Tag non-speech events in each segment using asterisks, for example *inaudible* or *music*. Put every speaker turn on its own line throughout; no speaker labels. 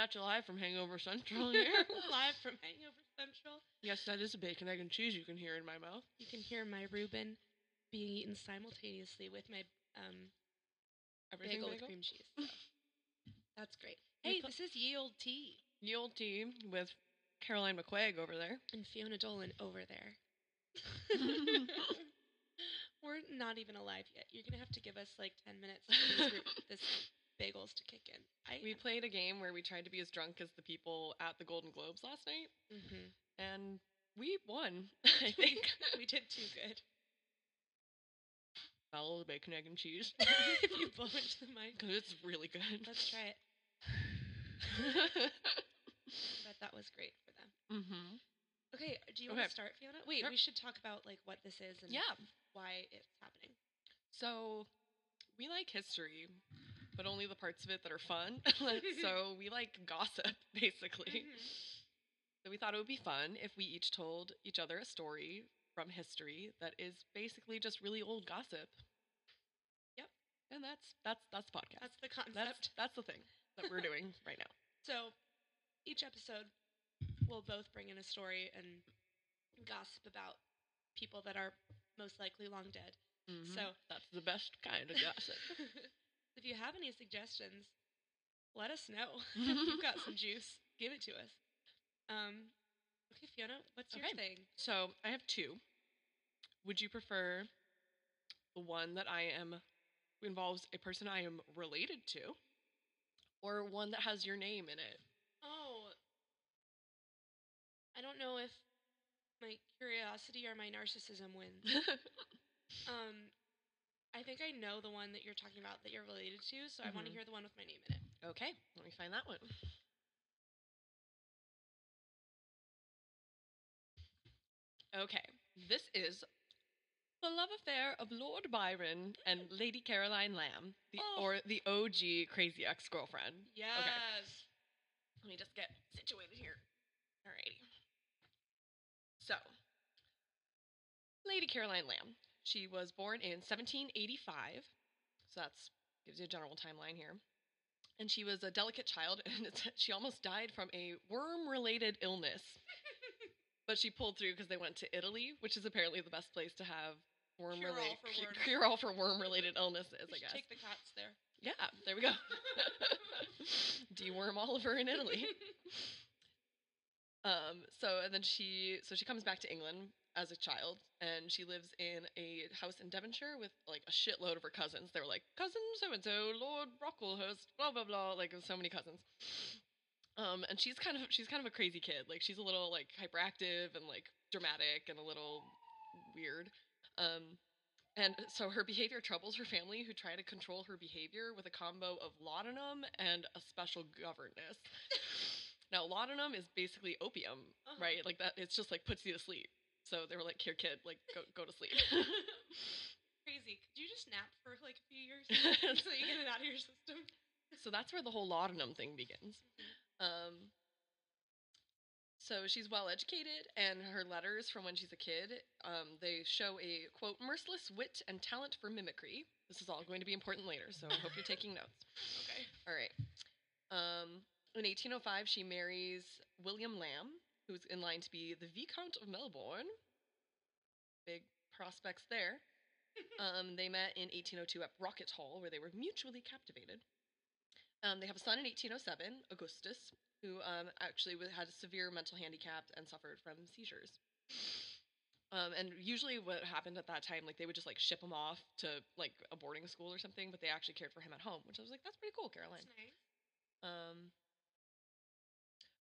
at you live from Hangover
Oh,
*laughs* Central here.
*laughs* Live from Hangover Central.
yes, that is a bacon, egg, and cheese you can hear in my mouth.
You can hear my Reuben being eaten simultaneously with my um,
Everything
bagel, with
bagel?
cream cheese. *laughs* so. That's great. Hey,
put-
this is Ye Old Tea
The old tea with Caroline McQuaig over there.
and Fiona Dolan over *laughs* there. We're not even alive yet. You're gonna have to give us like ten minutes for these, *laughs* ru- this bagels to kick in. I
We played a game where we tried to be as drunk as the people at the Golden Globes last night,
Mhm.
and we won, *laughs* I think.
we did too *laughs* good.
Follow the bacon, egg, and *laughs* cheese
if you blow into the mic,
because it's really good.
let's
*laughs*
try it. But that was great for them.
mm-hmm.
Okay, do you want
Okay.
to start, Fiona? Wait,
Sure.
we should talk about like what this is and
Yeah.
why it's
*laughs*
happening.
So we like history, but only the parts of it that are fun. *laughs* so we like gossip, *laughs* basically.
Mm-hmm.
So we thought it would be fun if we each told each other a story from history that is basically just really old gossip.
Yep.
And that's that's that's the podcast.
That's the concept.
That's that's the thing that
*laughs*
we're doing right now.
So each episode, we'll both bring in a story and gossip about people that are most likely long dead. So-
that's Mm-hmm. the best kind of
*laughs*
gossip.
if you have any suggestions, let us know. *laughs*
*laughs*
if you've got some juice, give it to us. Um, okay, Fiona, what's your
Okay.
thing?
So I have two. Would you prefer the one that I am involves a person I am related to, or one that has your name in it?
Oh, I don't know if my curiosity or my narcissism
*laughs*
wins. Um, I think I know the one that you're talking about that you're related to, so I want to
Mhm.
hear the one with my name in it.
okay, let me find that one. Okay, this is the love affair of Lord Byron and Lady Caroline Lamb, the,
Oh.
or the OG crazy ex-girlfriend.
Yes.
Let me just get situated here. Alrighty. So, Lady Caroline Lamb. She was born in 1785. So that's gives you a general timeline here. And she was a delicate child, *laughs* and it's, she almost died from a worm-related
*laughs*
illness. but she pulled through because they went to Italy, which is apparently the best place to have worm-related
Cure-all
*laughs*
for worms.
cure all for worm-related illnesses.
We
I
should
guess.
Take the cots
*laughs*
there. *laughs*
Yeah, there we go. Deworm Oliver in Italy. Um, so and then she so she comes back to England as a child and she lives in a house in Devonshire with like a shitload of her cousins. They were like, Cousin so and so, Lord Brocklehurst, blah blah blah, like so many cousins. Um, and she's kind of she's kind of a crazy kid. Like she's a little like hyperactive and like dramatic and a little weird. Um and so her behavior troubles her family, who try to control her behavior with a combo of laudanum and a special governess. now, laudanum is basically opium,
Uh-huh.
right? Like that, it's just like puts you to sleep. So they were like, "Here, kid, like go go to
*laughs*
sleep." *laughs*
Crazy. Could you just nap for like a few
*laughs*
years so you get it out of your system?
so that's where the whole laudanum thing begins. Um, so she's well educated, and her letters from when she's a kid, um, they show a quote merciless wit and talent for mimicry. This is all going to be important later, so I hope you're taking notes.
Okay.
All right. Um, in 1805, she marries William Lamb, who's in line to be the Viscount of Melbourne. Big prospects there. Um, they met in 1802 at Rocket Hall, where they were mutually captivated. Um, they have a son in 1807, Augustus, who um, actually wa- had a severe mental handicap and suffered from seizures. Um, and usually, what happened at that time, like they would just like ship him off to like a boarding school or something, but they actually cared for him at home, which I was like, that's pretty cool, Caroline.
That's nice.
Um,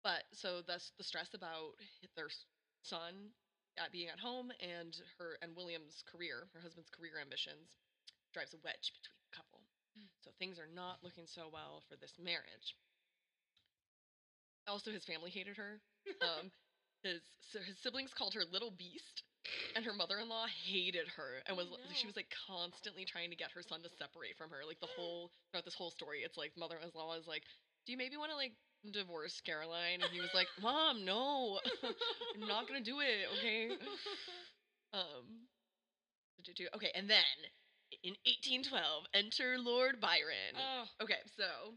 but so that's the stress about their s- son at being at home and her and William's career, her husband's career ambitions, drives a wedge between the couple.
Mm.
So things are not looking so well for this marriage. Also, his family hated her.
*laughs*
Um, his so his siblings called her "little beast," and her mother-in-law hated her and was
Oh, no.
she was like constantly trying to get her son to separate from her. Like
*gasps*
the whole throughout this whole story, it's like mother-in-law is like, "Do you maybe want to like divorce Caroline?" And he was like, "Mom, no, *laughs* *laughs* I'm
*laughs*
not gonna *laughs* do it." Okay. Um. do- do- Okay, and then in 1812, enter Lord Byron.
Oh.
Okay, so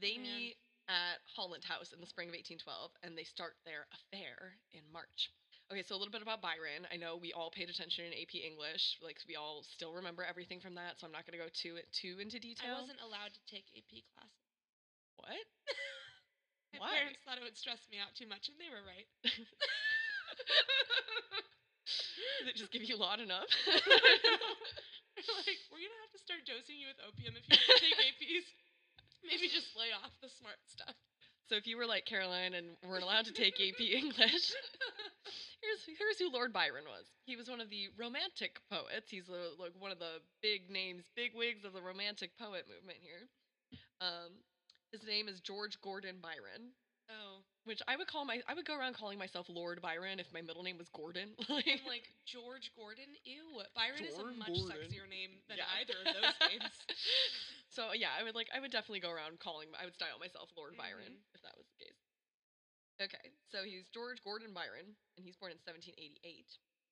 they
Man.
meet at Holland House in the spring of 1812, and they start their affair in March. Okay, so a little bit about Byron. I know we all paid attention in AP English, like we all still remember everything from that, so I'm not going to go too too into detail.
I wasn't allowed to take AP classes.
What?
My
Why?
parents thought it would stress me out too much, and they were right. *laughs*
they just give you lot enough. *laughs*
They're like, we're gonna have to start dosing you with opium if you don't *laughs* take APs. Maybe just lay off the smart stuff.
so if you were like Caroline and weren't allowed to take AP *laughs* English, here's here's who Lord Byron was. He was one of the Romantic poets. He's uh, like one of the big names, big wigs of the Romantic poet movement here. Um, his name is George Gordon Byron,
*laughs* Oh,
which I would call my I would go around calling myself Lord Byron if my middle name was Gordon. *laughs* Like,
I'm like George Gordon. Ew, Byron is a
George
much
Gordon.
sexier name than
Yeah.
either of those
*laughs*
names.
so yeah, I would like I would definitely go around calling I would style myself Lord Byron if that was the case. Okay, so he's George Gordon Byron, and he's born in 1788.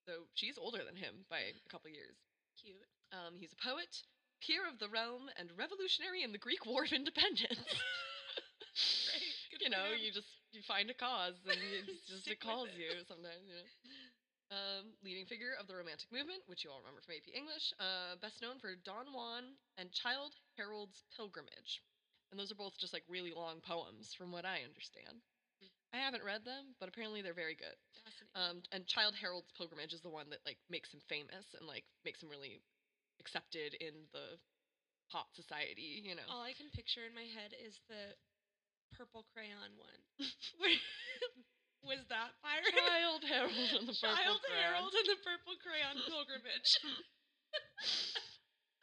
So she's older than him by a couple years.
Cute.
Um, he's a poet, peer of the realm, and revolutionary in the Greek *laughs* War of Independence.
Great. Good
you
for
know,
him.
you just you find a cause,
*laughs*
and it's just
Stick
it calls
with it.
you sometimes. You know. Um, leading figure of the Romantic movement, which you all remember from AP English, uh, best known for Don Juan and Child Harold's Pilgrimage, and those are both just like really long poems, from what I understand. I haven't read them, but apparently they're very good.
Fascinating.
Um, and Child Harold's Pilgrimage is the one that like makes him famous and like makes him really accepted in the pop society, you know.
All I can picture in my head is the purple crayon
*laughs*
one. *laughs* Where- Was that Byron?
Child Harold and the Purple
Child
Crown.
Harold and the Purple Crayon Pilgrimage.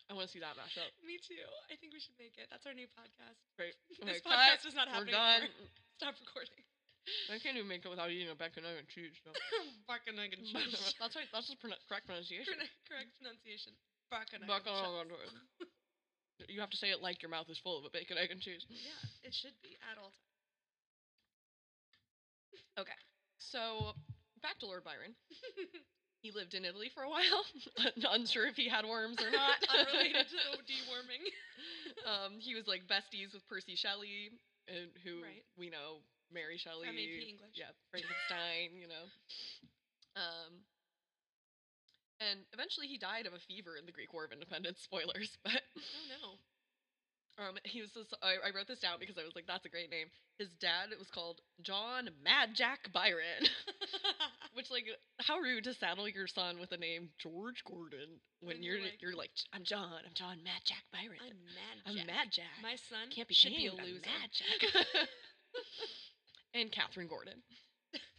I want to see that mashup.
Me too. I think we should make it. That's our new podcast.
*laughs* Great.
This
Okay,
podcast is not
cut. We're
happening.
done.
anymore. Stop recording.
*laughs* I can't even make it without eating a bacon egg and cheese. *laughs* So.
Barking egg
that's right. That's just pronoun- correct pronunciation.
Correct pronunciation. Barking egg
Bacon, egg, and cheese. *laughs* You have to say it like your mouth is full of a bacon, egg, and cheese.
Yeah, it should be at all times.
So, back to Lord Byron. *laughs* He lived in Italy for a while. *laughs* Unsure if he had worms or *laughs* not.
*laughs* Unrelated to the
*laughs*
deworming.
um, he was like besties with Percy Shelley, and who
Right.
we know Mary Shelley,
From AP English.
yeah, Frankenstein, you know. Um, and eventually he died of a fever in the Greek War of Independence. Spoilers, *laughs* but
Oh no.
*laughs* um, he was. This, I, I wrote this down because I was like, that's a great name. His dad was called John Mad Jack Byron. *laughs* Which like how rude to saddle your son with the name George Gordon when,
When
you're
you're
you're like,
like-
I'm John I'm John Mad Jack Byron
I'm mad.
I'm
Jack.
Mad Jack
My son
can't be
should be a
shamed, I'm
loser.
mad, *laughs* and Catherine
*laughs*
Gordon.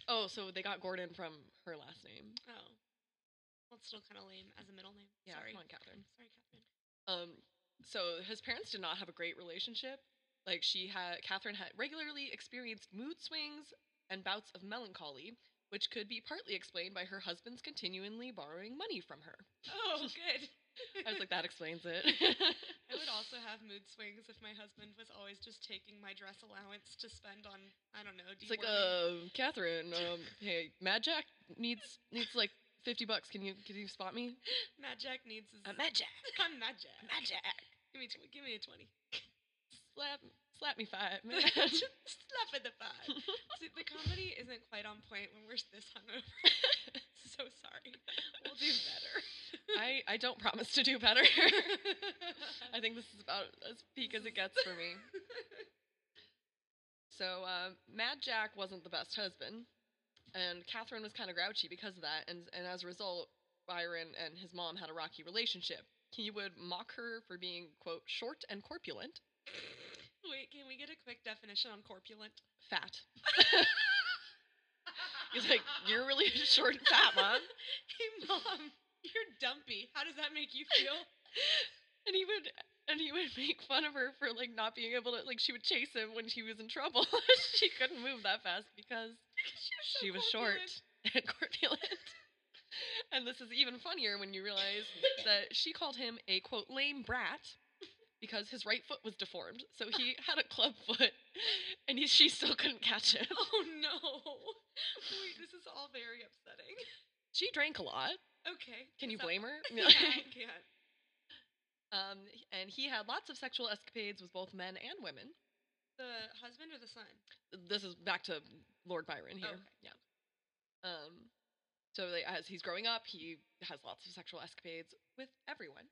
Oh, so they got Gordon from her last name.
Oh. Well, it's still kind of lame as a middle name.
Yeah,
Sorry.
come on, Catherine.
Sorry, Catherine.
Um, so his parents did not have a great relationship. Like she had, Catherine had regularly experienced mood swings and bouts of melancholy, which could be partly explained by her husband's continually borrowing money from her.
Oh, good.
*laughs* I was like, that explains it.
*laughs* I
*laughs*
would also have mood swings if my husband was always just taking my dress allowance to spend on, I don't know,
It's like,
deworming.
uh, Catherine, um, hey, Mad Jack needs needs like fifty bucks. Can you can you spot me?
Mad Jack needs his. *laughs*
Uh, Mad Jack,
I'm Mad Jack.
Mad Jack.
Give me, tw- give me a
*laughs*
20.
slap slap me five. man.
*laughs* Slap at the five. See, the comedy isn't quite on point when we're this
*laughs*
hungover. so sorry. We'll do better.
I, I don't promise to do better. *laughs* I think this is about as peak as it gets for me. So uh, Mad Jack wasn't the best husband, and Catherine was kind of grouchy because of that, and and as a result, Byron and his mom had a rocky relationship. He would mock her for being quote short and corpulent,
*laughs* Wait, can we get a quick definition on corpulent?
fat. *laughs* He's like, you're really *laughs* short and fat, mom.
*laughs* Hey, mom, you're dumpy. How does that make you
*laughs*
feel? *laughs*
and he would and he would *laughs* make fun of her for like not being able to like she would chase him when she was in trouble. *laughs* she couldn't move that fast because she was short *laughs* and corpulent. And this is even funnier when you realize that she called him a quote lame brat because his right foot was deformed. So
*laughs*
he had a club foot and he, she still couldn't catch him.
Oh no! *laughs* Wait, this is all very upsetting.
She drank a lot.
Okay.
Can you
so-
blame her?
*laughs*
*laughs*
Yeah, I can't.
um, and he had lots of sexual escapades with both men and women.
the husband or the son?
This is back to Lord Byron here.
Okay.
Yeah. Um. So like, as he's growing up, he has lots of sexual escapades with everyone.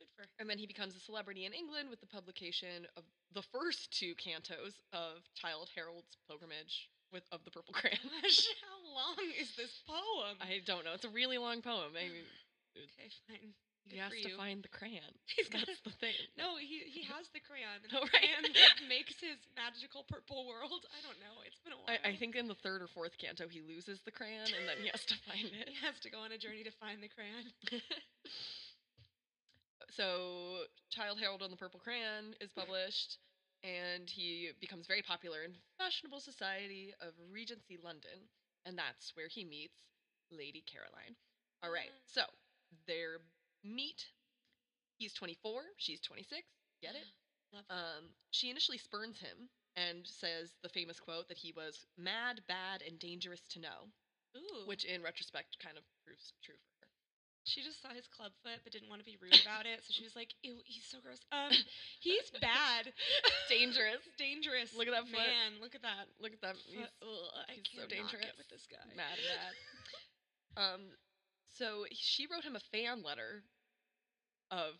Good for him. *laughs*
And then he becomes a celebrity in England with the publication of the first two cantos of Child Harold's Pilgrimage with of the Purple Crayon. *laughs*
How long is this poem? *sighs*
I don't know. It's a really long poem. I mean,
okay, fine. Good
he has
for
to
you.
find the crayon.
*laughs* He's got
*laughs* That's the thing.
*laughs* No, he he has the
*laughs*
crayon, and
Oh,
the
right.
crayon like, makes his magical purple world. I don't know. It's been a while.
I, I think in the third or fourth canto he loses the crayon and then he has to find it.
he has to go on a journey to find the crayon.
so child harold on the purple crayon is published and he becomes very popular in fashionable society of regency london and that's where he meets lady caroline all right
Ah.
so their meet he's 24 she's 26 get it
*gasps* Love that.
um, she initially spurns him and says the famous quote that he was mad bad and dangerous to know
Ooh,
which in retrospect kind of proves true for her
she just saw his club foot, but didn't want to be rude about it, so she was like, "Ew, he's so gross.
*laughs*
Um, he's bad,
dangerous
*laughs* dangerous.
Look at that foot.
man. Look at that.
look at that
Foot.
he's
Ugh, I
he's
cannot
so
get
dangerous.
with this guy.
mad *laughs* at that. um, so she wrote him a fan letter of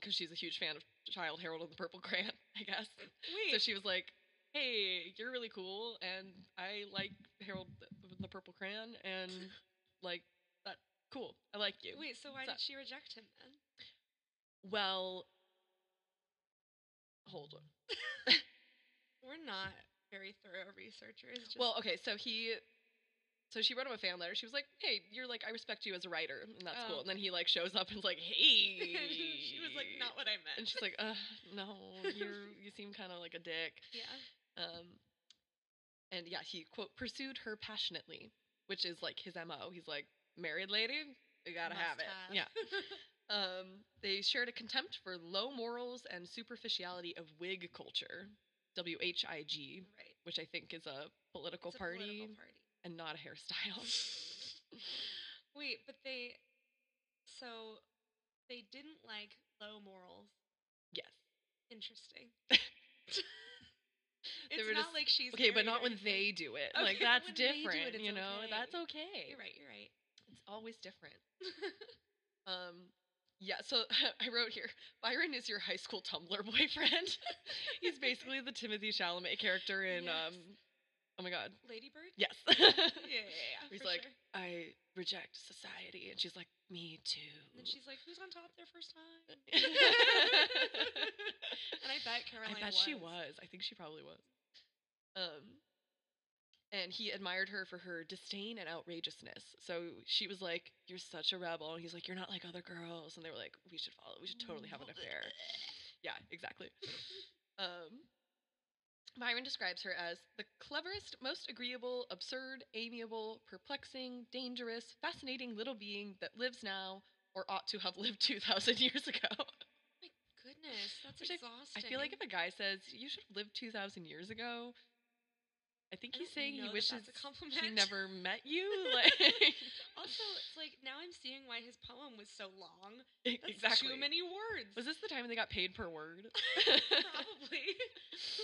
because she's a huge fan of Child Harold and the Purple Crayon, *laughs* I guess.
Wait,
So she was like, "Hey, you're really cool, and I like Harold th- the Purple Crayon, and like that cool. I like you."
wait. So why
So-
did she reject him then?
Well, hold on.
We're not very thorough researchers. Just
Well, okay, so he so she wrote him a fan letter. She was like, "Hey, you're like I respect you as a writer, and that's
Oh.
cool." And then he like shows up and's like,
*laughs*
"Hey,"
*laughs* she was like,
*laughs*
"Not what I
and
meant."
she's like, "Uh, no, you you seem kind of like a dick."
yeah.
Um, and yeah, he quote pursued her passionately, which is like his mo. He's like, "Married lady, you gotta have it." Yeah.
*laughs*
Um, they shared a contempt for low morals and superficiality of Whig culture, W H I G,
right.
which I think is a political,
It's a
party,
political party.
and not
*laughs*
a hairstyle. *laughs*
Wait, but they so they didn't like low morals.
yes. *laughs*
Interesting.
They
it's
were
not
just-
like she's
Okay, but
married
not
or
when
anything.
they do it.
Okay,
like
but
that's
when they do it,
different,
it's
you know.
okay.
That's okay.
You're right. You're right.
It's
*laughs*
always different. Um yeah, so *laughs* I wrote here, Byron is your high school Tumblr boyfriend. *laughs* He's basically the Timothy Chalamet character in
Yes.
um Oh my god.
Ladybird.
Yes.
*laughs*
*laughs*
Yeah. yeah, yeah,
He's
for
like,
sure.
I reject society and she's like, Me
And then
too.
she's like, "Who's on top their first *laughs* time?"
*laughs*
and
and
I bet
I
Caroline.
bet she was. I think she probably was. Um, and he admired her for her disdain and outrageousness. So she was like, "You're such a rebel," and he's like, "You're not like other girls." And they were like, "We should follow. We should totally have an affair." Yeah, exactly. Um, Byron describes her as the cleverest, most agreeable, absurd, amiable, perplexing, dangerous, fascinating little being that lives now or ought to have lived two thousand *laughs* years ago.
My goodness, that's
Which I- I I
exhausting.
feel like if a guy says you should have lived two thousand years ago, I think
I
he's
don't
saying
know
he
that
wishes
that's a compliment.
he never met
*laughs*
you. Like *laughs*
Also, it's like now I'm seeing why his poem was so long. That's
e-, exactly.
too many words.
Was this the time they got paid per
*laughs*
word? *laughs*
Probably.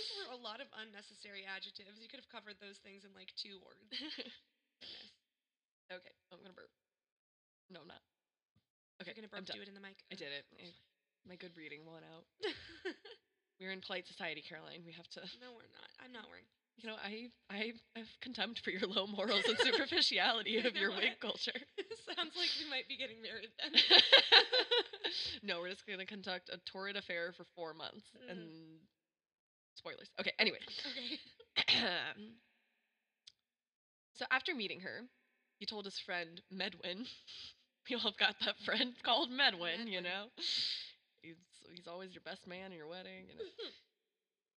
Those were a lot of unnecessary adjectives. You could have covered those things in like two *laughs* words. Goodness.
okay, I'm gonna burp. No, I'm not. Okay,
You're gonna
I'm
burp.
done.
Do it in the mic.
I did it. I- my good reading won
*laughs*
out. We're in polite society, Caroline. We have to.
no, we're not. I'm not wearing. *laughs*
You know, I I have contempt for your low morals and superficiality
You *laughs*
of your
know
wig
what?
culture.
Sounds like we might be getting married then. *laughs*
*laughs* no, we're just going to conduct a torrid affair for four months.
Mm.
And spoilers. Okay, anyway. *clears throat*
okay. *laughs*
so after meeting her, he told his friend Medwin. *laughs* We all have got that friend called Medwin, you
Medwin.
know? He's, he's always your best man in your wedding. You know?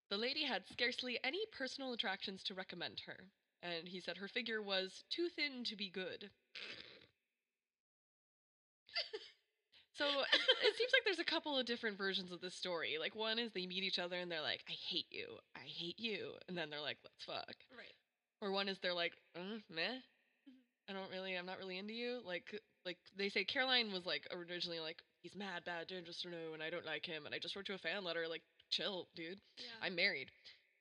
The lady had scarcely any personal attractions to recommend her, and he said her figure was too thin to be good. so it, it seems like there's a couple of different versions of this story. Like, one is they meet each other and they're like, I hate you, I hate you. And then they're like, let's fuck.
Right.
Or one is they're like, uh, meh. I don't really, I'm not really into you. Like, like they say Caroline was like originally like, he's mad, bad, dangerous to know, and I don't like him. And I just wrote you a fan letter like chill, dude.
Yeah.
I'm married.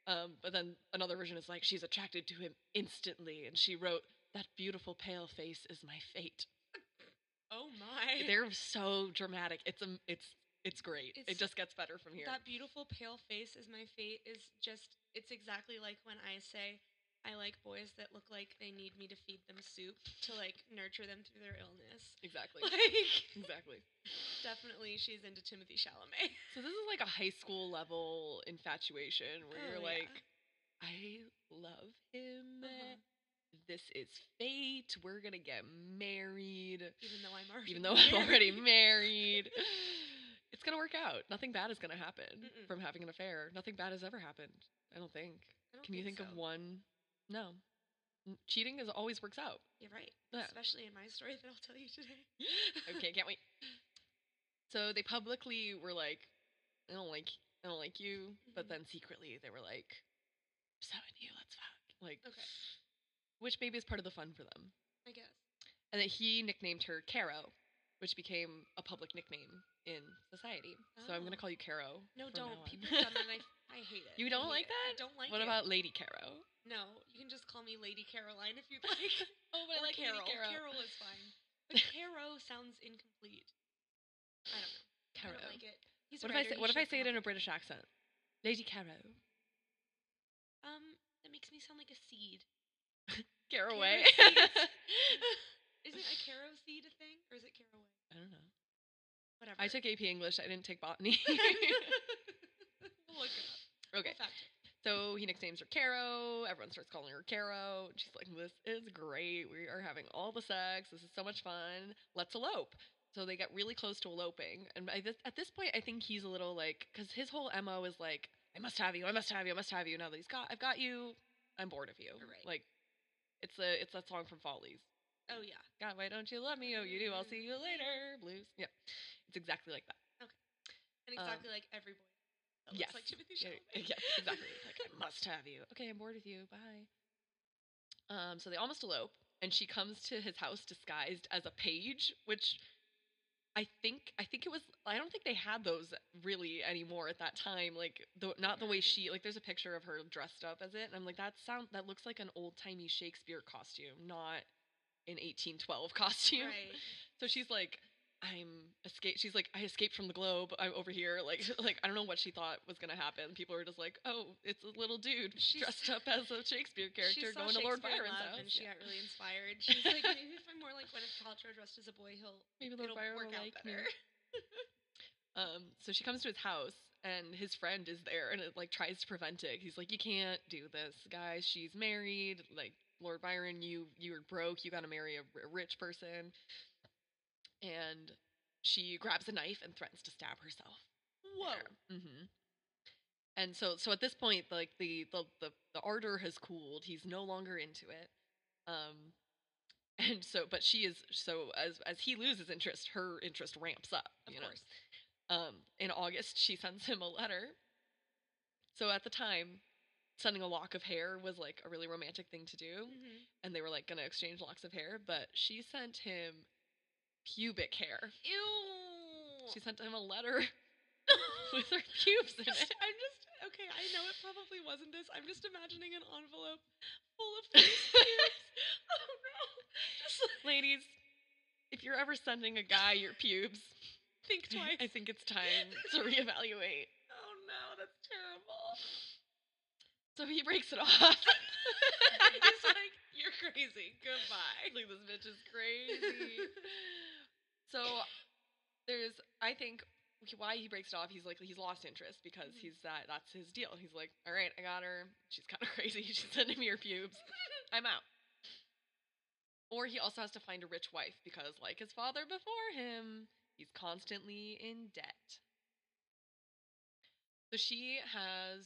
Um, but then another version is like, she's attracted to him instantly, and she wrote, That beautiful pale face is my fate.
oh my.
They're so dramatic. It's um, it's it's great. it
It's-
just gets better from here.
That beautiful pale face is my fate is just it's exactly like when I say I like boys that look like they need me to feed them soup to like nurture them through their illness. *laughs*
exactly.
Like
exactly.
definitely she's into Timothy Chalamet. *laughs*
So this is like a high school level infatuation where
Oh,
you're
yeah.
like, I love him.
Uh-huh.
This is fate. We're gonna get married.
Even though I'm already
Even
*laughs*
though I'm already
married.
married. It's gonna work out. Nothing bad is gonna happen
Mm-mm.
from having an affair. Nothing bad has ever happened. I don't think.
I don't
Can you think of
so.
one? No. N- Cheating is always works out.
You're right.
Yeah.
Especially in my story that I'll tell you today.
okay, can't wait. So they publicly were like, I don't like I don't like you, but
Mhm.
then secretly they were like, so and you, let's fuck. Like
Okay.
which maybe is part of the fun for them.
I guess.
And that he nicknamed her Caro, which became a public nickname in society. So I'm gonna
Oh.
call you Caro.
No,
from now
don't.
on. *laughs*
People have done that. and I, I hate it. I
You don't
hate it.
like that?
I don't like
what
it. Oh,
about Lady Caro?
No, you can just call me Lady Caroline if you'd *laughs* like.
Oh,
or Carol. Carol is fine. But Caro sounds incomplete. I don't know.
Caro.
I don't like it. He's
What
a
if I
writer,
say
he
what if
should
I say it
come
in a
up with-
British accent? Lady Caro.
Um, that makes me sound like a seed.
*laughs* Caraway. *laughs*
Caraway. Isn't a caro seed a thing, or is it caraway? *laughs*
I don't know.
Whatever. *laughs*
I took *laughs* AP English. I didn't take botany. *laughs*
we'll look it up. We'll
okay,
fact check.
so he nicknames her Caro. Everyone starts calling her Caro. She's like, "This is great. We are having all the sex. This is so much fun. Let's elope." So they get really close to eloping, and by this, at this point, I think he's a little like, because his whole mo is like, "I must have you. I must have you. I must have you." Now that he's got, I've got you. I'm bored of you.
Right.
Like, it's a it's that song from Follies.
Oh yeah.
God, why don't you love me? Oh, you do. I'll see you later. Blues. Yeah, it's exactly like that.
And
Um,
exactly like every boy. That
yes.
Looks like *laughs* Timothy
Yeah,
Chalamet.
yes,
*laughs*
exactly. It's Like, *laughs* I must have you. Okay, I'm bored with you. Bye. Um, so they almost elope, and she comes to his house disguised as a page, which I think I think it was. I don't think they had those really anymore at that time. Like, the, not the way she like. There's a picture of her dressed up as it, and I'm like, that sound that looks like an old timey Shakespeare costume, not an 1812 *laughs* costume.
Right.
So she's like, I'm escape. She's like, I escaped from the globe. I'm over here. Like, *laughs* like I don't know what she thought was gonna happen. People were just like, oh, it's a little dude
She
*laughs* dressed
saw-
up as a Shakespeare character
she saw
going to Lord
Shakespeare in
Byron's
Love,
house.
and she
Yeah.
got really
*laughs*
inspired. She's like, maybe if I'm more like Gwyneth Paltrow dressed as a boy, he'll
Maybe Lord
it'll
Byron
work out
will like me.
better.
*laughs* Um, so she comes to his house, and his friend is there, and it like tries to prevent it. He's like, you can't do this, guys. She's married. Like Lord Byron, you you're broke. You got to marry a, r- rich person. And she grabs a knife and threatens to stab herself.
*laughs*
Mm-hmm. And so, so at this point, like the the the, the ardor has cooled. He's no longer into it. Um, *laughs* and so, but she is so as as he loses interest, her interest ramps up.
Of
you know?
course.
Um, in August, she sends him a letter. So at the time, sending a lock of hair was like a really romantic thing to do,
Mhm.
and they were like going to exchange locks of hair. But she sent him pubic hair.
Ew. *laughs*
She sent him a letter *laughs* with her pubes in it.
I'm just okay. I know it probably wasn't this. I'm just imagining an envelope full
*laughs*
of *laughs* face cubes. oh no! Just like,
*laughs* Ladies, if you're ever sending a guy your pubes,
think twice.
I think it's time to reevaluate.
oh no, that's
*laughs*
terrible.
So he breaks it off. *laughs*
He's like, you're crazy. Goodbye.
like this bitch is crazy. so there's, I think, why he breaks it off. He's like he's lost interest because
Mhm.
he's that that's his deal. He's like, all right, I got her. She's kind of *laughs* crazy. She's sending me her *laughs* pubes. I'm out. Or he also has to find a rich wife because, like his father before him, he's constantly in debt. So she has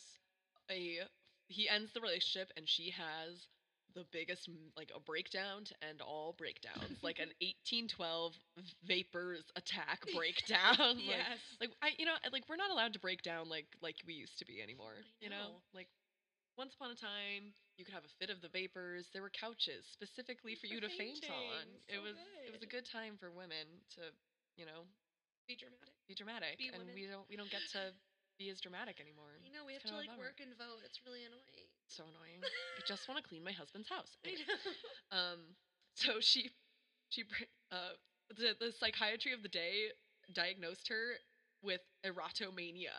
a. He ends the relationship and she has the biggest, m- like a breakdown to end all breakdowns, like
*laughs*
an 1812 vapors attack breakdown. *laughs* like,
yes.
like I, you know, like we're not allowed to break down like like we used to be anymore.
I
You know,
know.
like once upon a time, you could have a fit of the vapors. There were couches specifically for
For
you to faint on.
fainting.
it
So
was it was a good time for women to, you know,
be dramatic.
be dramatic,
Be
and
women.
we don't we don't get to be as dramatic anymore.
You know, we
It's
have to
kinda a
like
bummer.
work and vote. It's really
*laughs*
annoying.
So annoying. I just want to clean my husband's house.
*laughs* I
Anyway,
know.
Um, so she, she, br- uh, the, the psychiatry of the day diagnosed her with erotomania,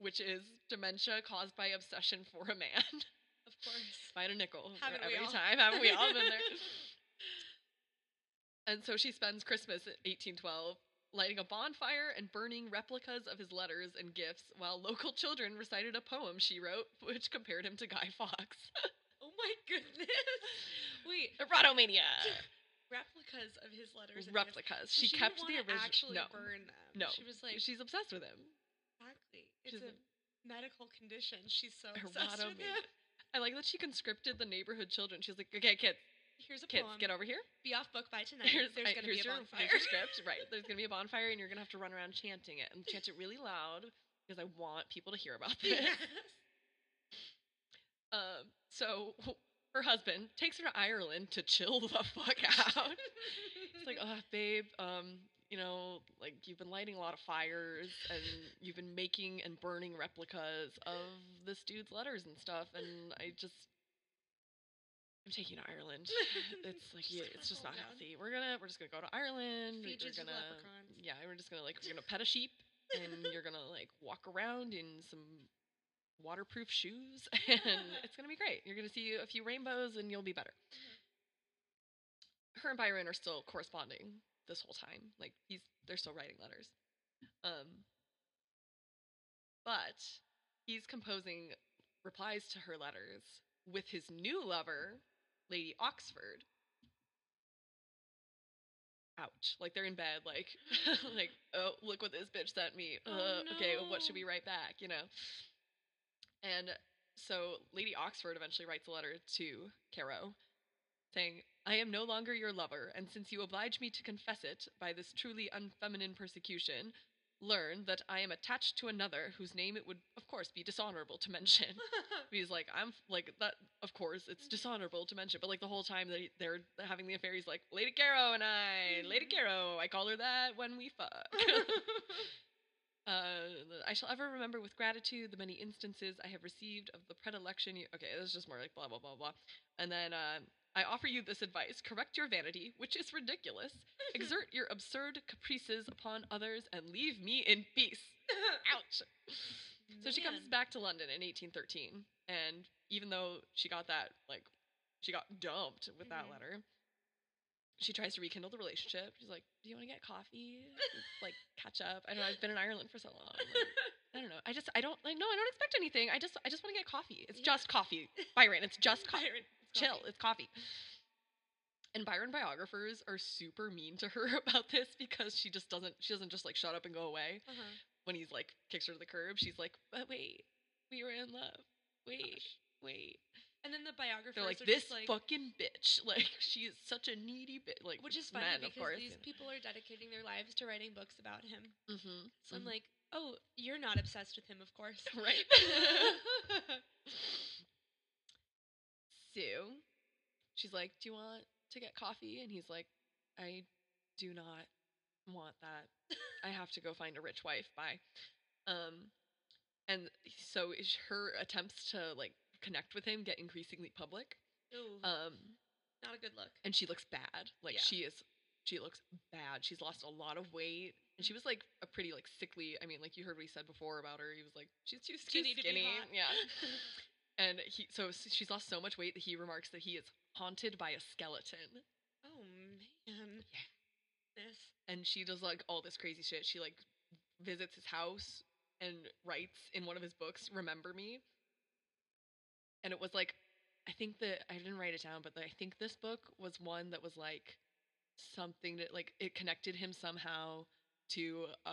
which is dementia caused by obsession for a man. *laughs*
Of course.
Find a nickel for
Haven't we
every
all?
time. Haven't we all been there?
*laughs*
And so she spends Christmas at 1812 lighting a bonfire and burning replicas of his letters and gifts while local children recited a poem she wrote which compared him to Guy Fawkes.
Oh my goodness.
*laughs*
Wait,
Erotomania.
*laughs* replicas of his letters. and gifts.
Uh, replicas.
So
She, kept
didn't
the
wanna
original.
Actually,
No.
burn them.
No.
she was like
She's obsessed with him.
exactly. It's
she's
a
like-
medical condition. She's so obsessed with
Erotomania.
it.
I like that she conscripted the neighborhood children. She's like, okay, kids,
Here's a
kids,
poem.
get over here.
Be off book by tonight.
Here's,
There's
I-
gonna
here's
be a
your,
bonfire.
here's
*laughs*
your *laughs* script. Right. There's going to be a bonfire, and you're going to have to run around chanting it and chant it really loud because I want people to hear about this.
Yes.
Um, so her husband takes her to Ireland to chill the fuck out. It's like, oh, babe, um, you know, like you've been lighting a lot of fires and you've been making and burning replicas of this dude's letters and stuff, and I just, I'm taking you to Ireland.
*laughs*
It's like,
Just
yeah,
gotta
it's just
calm
not
down.
healthy. We're gonna, we're just gonna go to Ireland.
Fiji
we're
to the
gonna,
leprechauns. *laughs*
yeah, we're just gonna like, we're gonna pet a sheep, and you're gonna like walk around in some waterproof shoes *laughs* and it's going to be great. You're going to see a few rainbows and you'll be better. Her and Byron are still corresponding this whole time. Like he's they're still writing letters. Um but he's composing replies to her letters with his new lover, Lady Oxford. Ouch. Like they're in bed like *laughs* like oh look what this bitch sent me. Uh,
Oh,
okay, what should
no.
we write back, you know? And so Lady Oxford eventually writes a letter to Caro saying, I am no longer your lover, and since you oblige me to confess it by this truly unfeminine persecution, learn that I am attached to another whose name it would, of course, be dishonorable to mention.
*laughs*
He's like, I'm like that. Of course, it's dishonorable to mention, but like the whole time that he- they're having the affair, he's like, Lady Caro and I, Lady
Mhm.
Caro. I call her that when we fuck.
*laughs*
Uh, I shall ever remember with gratitude the many instances I have received of the predilection. You- okay, this is just more like blah blah blah blah. And then um, I offer you this advice: correct your vanity, which is ridiculous. Exert your absurd caprices upon others, and leave me in peace. Ouch. *laughs* So she comes
Man.
back to London in 1813, and even though she got that, like, she got dumped with
Mhm.
that letter, she tries to rekindle the relationship. She's like, "Do you want to get coffee? Let's, like, catch up? I don't know. I've been in Ireland for so long. like,
*laughs*
I don't know. I just, I don't like. No, I don't expect anything. I just, I just want to get coffee. It's
Yeah.
just coffee, Byron. It's just coffee.
Byron, it's
Chill.
coffee.
It's coffee." And Byron biographers are super mean to her *laughs* about this because she just doesn't, she doesn't just like shut up and go away
Uh-huh.
when he's like kicks her to the curb, she's like, "But wait, we were in love. Wait, wait."
And then the biographers
They're like,
are
"This
just like,
fucking bitch. *laughs* Like, she is such a needy bitch. Like,
which is funny
men,
because
of course.
these people are dedicating their lives to writing books about him.
mm-hmm.
So I'm like, oh, you're not obsessed with him, of course.
*laughs* right? so, she's like, "Do you want to get coffee?" And he's like, "I do not want that. I have to go find a rich wife. Bye." Um, and so is her attempts to like connect with him get increasingly public.
*laughs* Ooh,
Um,
not a good look.
and she looks bad. Like
Yeah.
she is, she looks bad. She's lost a lot of weight, and she was like a pretty like sickly. I mean, like you heard what he said before about her. He was like, she's too skinny,
to be
skinny.
hot.
Yeah. And he, so s- she's lost so much weight that he remarks that he is haunted by a skeleton.
*laughs* oh man.
Yeah.
This.
And she does like all this crazy shit. She like visits his house and writes in one of his books, "Remember me." And it was like, I think that I didn't write it down, but I think this book was one that was like something that like it connected him somehow to a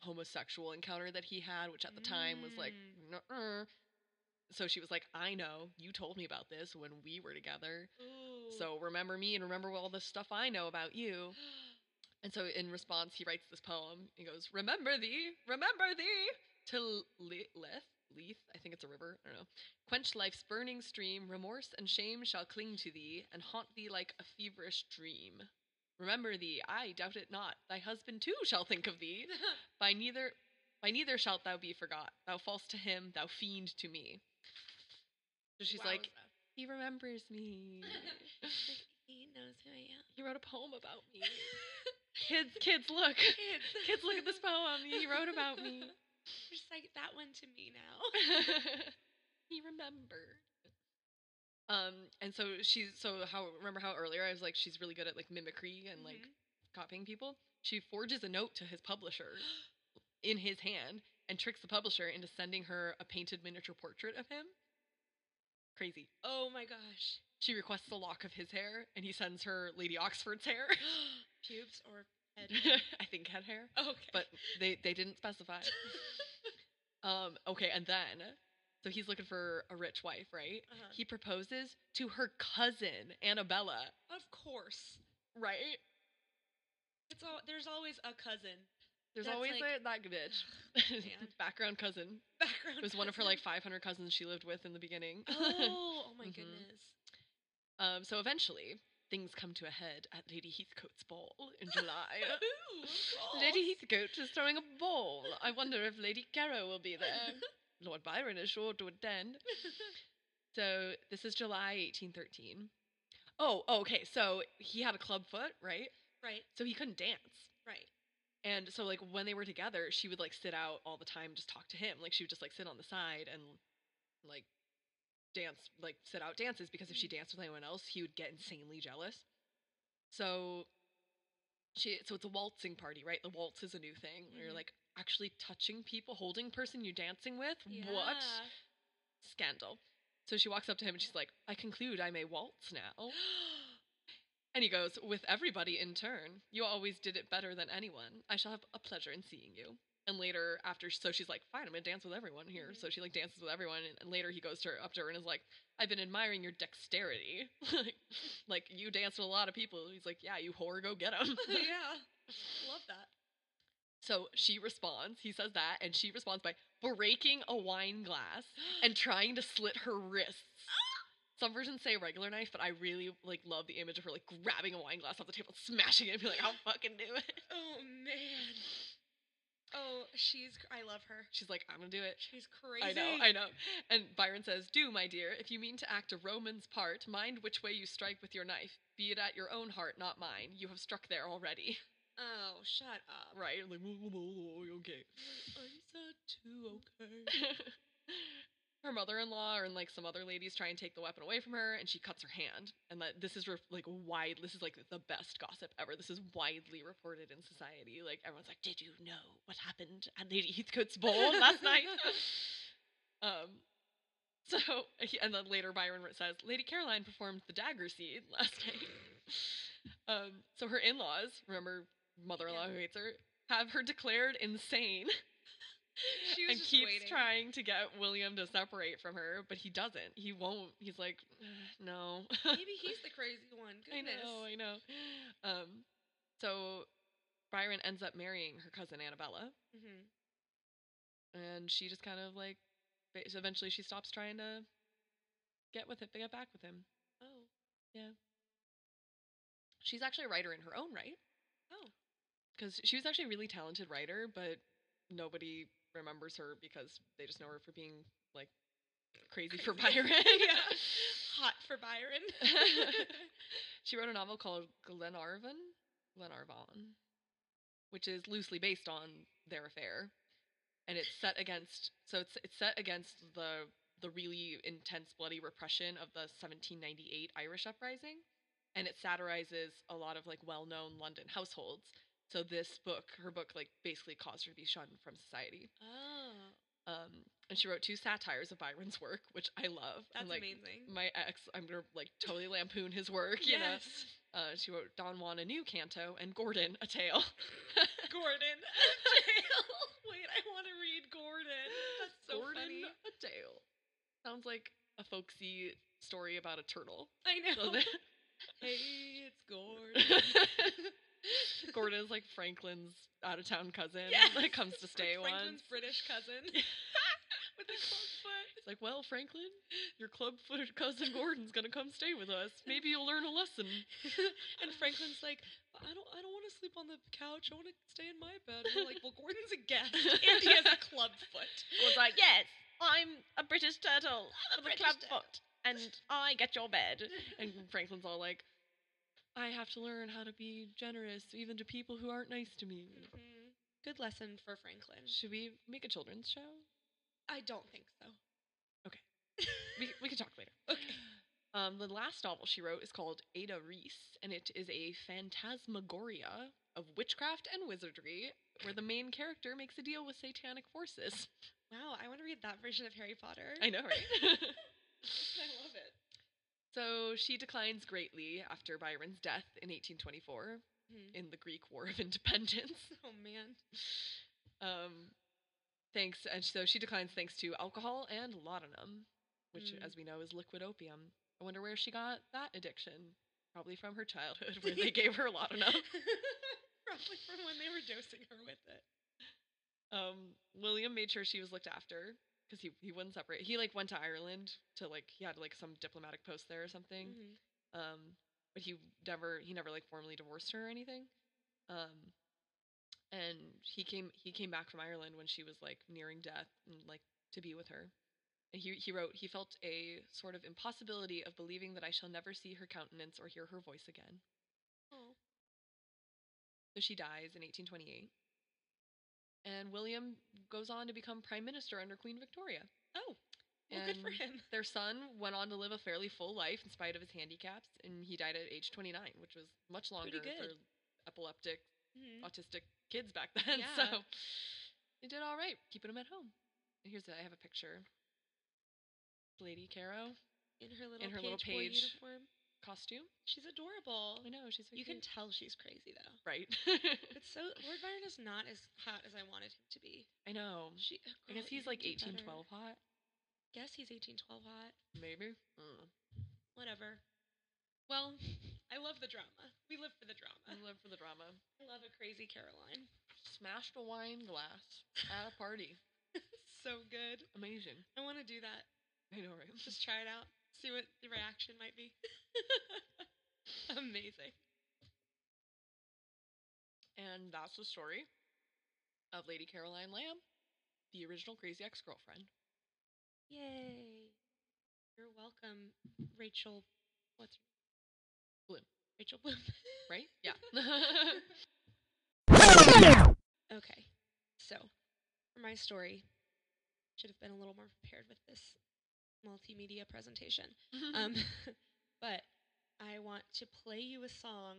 homosexual encounter that he had, which at the time was like,
Mm.
"Nuh-uh." so she was like, I know you told me about this when we were together.
Ooh. *gasps*
So remember me and remember all the stuff I know about you. And so in response, he writes this poem. He goes, Remember thee, remember thee, till le- Leth, Leith, I think it's a river, I don't know. Quench life's burning stream, remorse and shame shall cling to thee, and haunt thee like a feverish dream. Remember thee, I doubt it not, thy husband too shall think of thee, *laughs* by neither By neither shalt thou be forgot. Thou false to him, thou fiend to me. So she's like,
Wowza.
he remembers me.
*laughs* Like, he knows who I
*laughs*
am.
he wrote a poem about me. Kids, kids, look.
Kids,
*laughs* Kids, look at this poem he wrote about
*laughs*
me.
Recite that one to me now.
he remembered. Um, and so she's so how remember how earlier I was like she's really good at like mimicry *laughs* and like
Mhm.
copying people. She forges a note to his publisher in his hand and tricks the publisher into sending her a painted miniature portrait of him. Crazy.
oh my gosh, *gasps*
She requests a lock of his hair and he sends her Lady Oxford's hair. *laughs*
pubes or head?
I think head hair,
okay,
but they they didn't specify. Um, okay, and then so he's looking for a rich wife, right?
*laughs* Uh-huh.
He proposes to her cousin Annabella,
of course,
right?
it's all. There's always a cousin.
There's
That's
always
like-
a, that bitch.
Man.
*laughs* Background cousin.
Background
It was one of her like
cousin.
500 cousins she lived with in the beginning.
*laughs* oh, oh my *laughs*
Mhm.
goodness.
*laughs* um, so eventually, things come to a head at Lady Heathcote's ball in
*laughs*
July. *laughs*
Ooh, of course.
Lady Heathcote is throwing a ball. I wonder if Lady Garrow will be there. Lord Byron is sure to attend. So this is July 1813. Oh, oh, okay. So he had a club foot, right?
*laughs* right,
So he couldn't dance.
right.
And so like when they were together, she would like sit out all the time, just talk to him. Like she would just like sit on the side and like dance, like sit out dances because if she danced with anyone else, he would get insanely jealous. So she so it's a waltzing party, right? The waltz is a new thing. where You're
Mhm.
like actually touching people, holding person you're dancing with. What? Scandal. So she walks up to him and she's like, I conclude I may waltz now. And he goes, With everybody in turn. You always did it better than anyone. I shall have a pleasure in seeing you. And later, after, so she's like, Fine, I'm gonna dance with everyone here.
Mhm.
So she like dances with everyone. And, and later he goes to her, up to her and is like, I've been admiring your dexterity. *laughs* like, like, you dance with a lot of people. He's like, Yeah, you whore, go get 'em." *laughs*
yeah, love that.
so she responds, he says that, and she responds by breaking a wine glass and trying to slit her wrists. Some versions say regular knife, but I really like love the image of her like grabbing a wine glass off the table, smashing it, and be like, "I'll fucking do it." *laughs*
Oh man. Oh, she's. cr- I love her.
She's like, "I'm gonna do it."
She's crazy.
I know, I know. And Byron says, "Do, my dear, if you mean to act a Roman's part, mind which way you strike with your knife. Be it at your own heart, not mine. You have struck there already, *laughs*
Oh, shut up.
right?" Like, *laughs* okay.
I'm so too okay.
*laughs* her mother-in-law and like some other ladies try and take the weapon away from her and she cuts her hand and that this is re- like wide this is like the best gossip ever this is widely reported in society like everyone's like did you know what happened at lady heathcote's ball last night *laughs* um so and then later byron says lady caroline performed the dagger scene last *laughs* night um so her in-laws remember mother-in-law
Yeah.
who hates her have her declared insane
She was
and
just
keeps
waiting.
trying to get William to separate from her, but he doesn't. He won't. He's like, no. *laughs*
Maybe he's the crazy one.
I
Goodness.
know, I know. Um, so Byron ends up marrying her cousin Annabella, *laughs*
hmm
and she just kind of like, ba- so eventually she stops trying to get with it, get back with him.
Oh.
She's actually a writer in her own right.
Oh.
because she was actually a really talented writer, but nobody remembers her because they just know her for being like crazy, for
Crazy.
Byron.
Yeah. *laughs*
*laughs*
Hot for Byron. *laughs*
she wrote a novel called Glenarvan, Glenarvan, which is loosely based on their affair, and it's set against so it's it's set against the the really intense bloody repression of the 1798 Irish uprising, and it satirizes a lot of like well known London households. So this book, her book, like basically caused her to be shunned from society.
oh.
Um, and she wrote two satires of Byron's work, which I love.
That's
and, like,
amazing.
my ex, I'm gonna like totally lampoon his work. You know, uh, she wrote Don Juan a new canto and Gordon
*laughs*
a tale.
Gordon. *laughs* Jail. Wait, I want to read
*laughs*
Gordon. That's so
Gordon
funny.
a tale sounds like a folksy story about
*laughs*
a turtle.
I know.
doesn't it? *laughs*
hey, it's Gordon.
Gordon is like Franklin's out of town cousin
*laughs* Yes.
*laughs* that comes to stay once.
Franklin's British cousin. *laughs* With the club foot.
It's like, well, Franklin, your club-footed cousin Gordon's gonna come stay with us. Maybe you'll learn a lesson.
and Franklin's like, I don't I don't want to sleep on the couch. I want to stay in my bed. And we're like, well, Gordon's a *laughs* guest, and he has a club foot. *laughs*
was like, yes, I'm a British turtle
I'm a British
with a club
turtle."
foot, and I get your bed.
*laughs*
And Franklin's all like, I have to learn how to be generous even to people who aren't nice to me.
Mhm. Good lesson for Franklin.
Should we make a children's show?
I don't think so.
We, we can talk later.
Okay.
Um, the last novel she wrote is called Ada Reese, and it is a phantasmagoria of witchcraft and wizardry where the main character makes a deal with satanic forces. *laughs*
Wow, I want to read that version of Harry Potter.
I know, right?
*laughs* I love it.
so she declines greatly after Byron's death in 1824
Mhm.
in the Greek War of Independence.
Oh man.
Um, thanks, and so she declines thanks to alcohol and laudanum, which,
Mm.
as we know, is liquid opium. I wonder where she got that addiction. Probably from her childhood, *laughs* where they gave her laudanum.
*laughs* Probably from when they were dosing her with it.
Um, William made sure she was looked after because he he wouldn't separate. He like went to Ireland to like he had like some diplomatic post there or something.
Mm-hmm.
Um, but he never he never like formally divorced her or anything. Um, and he came he came back from Ireland when she was like nearing death and like to be with her. And he he wrote he felt a sort of impossibility of believing that I shall never see her countenance or hear her voice again.
Oh.
So she dies in 1828. And William goes on to become prime minister under Queen Victoria.
Oh. Well, good for
And
*laughs* him.
Their son went on to live a fairly full life in spite of his handicaps, and he died at age 29, which was much longer for
good.
epileptic,
Mhm.
autistic kids back *laughs* then.
Yeah.
So they did all right, keeping him at home. And here's a, I have a picture. Lady Caro
In her little
in her little
page, boy
page.
uniform.
costume.
She's adorable.
I know she's so
You can
cute.
tell she's crazy though.
right.
It's so Lord Byron is not as hot as I wanted him to be.
*laughs* I know.
She, oh,
I
girl,
guess
you can
he's like
do better.
1812 hot,
Guess he's eighteen twelve hot.
maybe. Mm.
Whatever. *laughs* Well, I love the drama. We live for the
I
drama.
live for the drama.
I love a crazy Caroline.
Smashed a wine glass at a party.
so good.
Amazing.
I want to do that.
I know, right?
Just try it out. See what the reaction might be. *laughs* Amazing.
And that's the story of Lady Caroline Lamb, the original Crazy Ex Girlfriend.
Yay. You're welcome, Rachel. What's her
Bloom.
Rachel Bloom. *laughs*
Right? Yeah.
Okay. So, for my story, should have been a little more prepared with this multimedia presentation. Um, *laughs* but I want to play you a song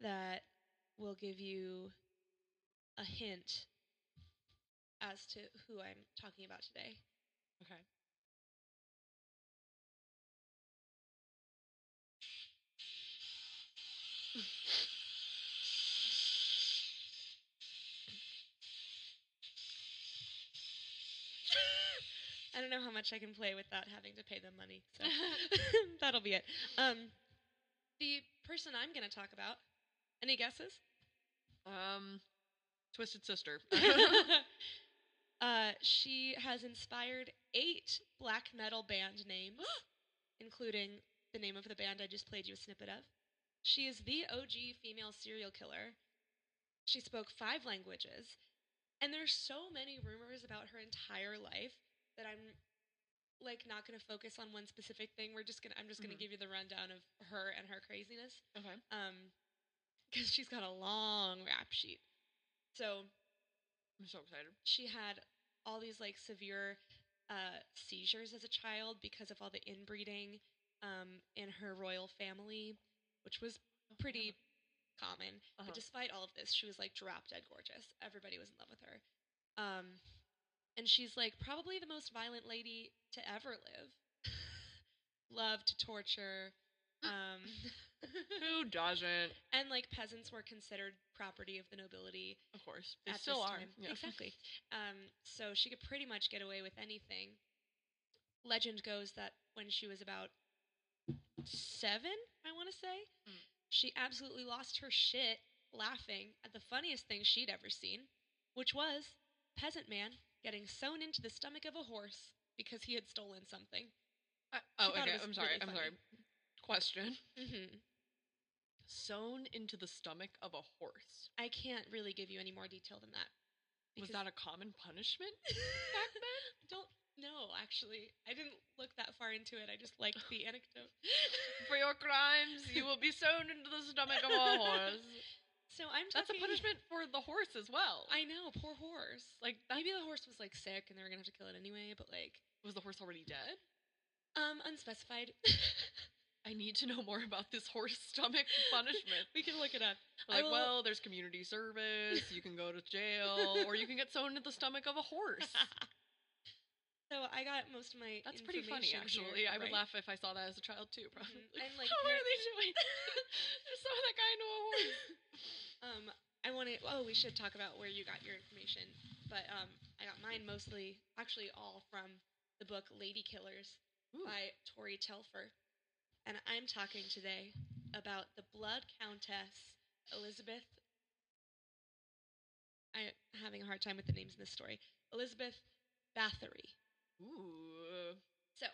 that will give you a hint as to who I'm talking about today.
okay.
I don't know how much I can play without having to pay them money, so *laughs* that'll be it. Um, the person I'm going to talk about. Any guesses?
Um,
*laughs*
Twisted Sister.
uh, she has inspired eight black metal band names, including the name of the band I just played you a snippet of. She is the OG female serial killer. She spoke five languages, and there's so many rumors about her entire life that I'm like not going to focus on one specific thing. We're just going to I'm just going to
Mhm.
give you the rundown of her and her craziness
okay.
um because she's got a long rap sheet so
I'm so excited.
she had all these like severe uh, seizures as a child because of all the inbreeding um, in her royal family which was pretty common
Uh-huh.
but despite all of this she was like drop dead gorgeous everybody was in love with her um, and she's like probably the most violent lady to ever live *laughs* loved to torture um,
Who doesn't?
and like peasants were considered property of the nobility
Of course. They
at this
still are.
time.
Yeah.
exactly um, so she could pretty much get away with anything legend goes that when she was about seven i want to say
Mm.
she absolutely lost her shit laughing at the funniest thing she'd ever seen which was peasant man getting sewn into the stomach of a horse because he had stolen something
I- oh,
thought it
okay.
was
I'm sorry.
really
I'm
funny.
sorry. Question.
mm-hmm.
sewn into the stomach of a horse.
I can't really give you any more detail than that.
Was that a common
*laughs*
punishment?
back then? Don't know, actually. I didn't look that far into it. I just liked the anecdote.
For your crimes, you will be sewn into the
*laughs*
stomach of a horse.
So I'm
That's a
talking-
punishment for the horse as well.
I know, poor horse. Like maybe the horse was like sick and they were gonna have to kill it anyway, but like
was the horse already dead?
um unspecified. *laughs*
I need to know more about this horse *laughs* stomach punishment.
we can look it up. I
Like,
will-
well, there's community service, you can go to jail, or you can get sewn into the stomach of a *laughs* horse.
So I got most of my
That's pretty funny,
information here,
actually. I would
right.
laugh if I saw that as a child too, probably. *laughs*
Mhm. And, like,
how
par-
are they doing? *laughs* they sew that guy into a horse.
Um I wanna oh, we should talk about where you got your information. But um I got mine mostly actually all from the book Lady Killers
*laughs* Ooh.
by Tori Telfer. And I'm talking today about the Blood Countess Elizabeth. I- I'm having a hard time with the names in this story. Elizabeth Bathory.
Ooh.
So,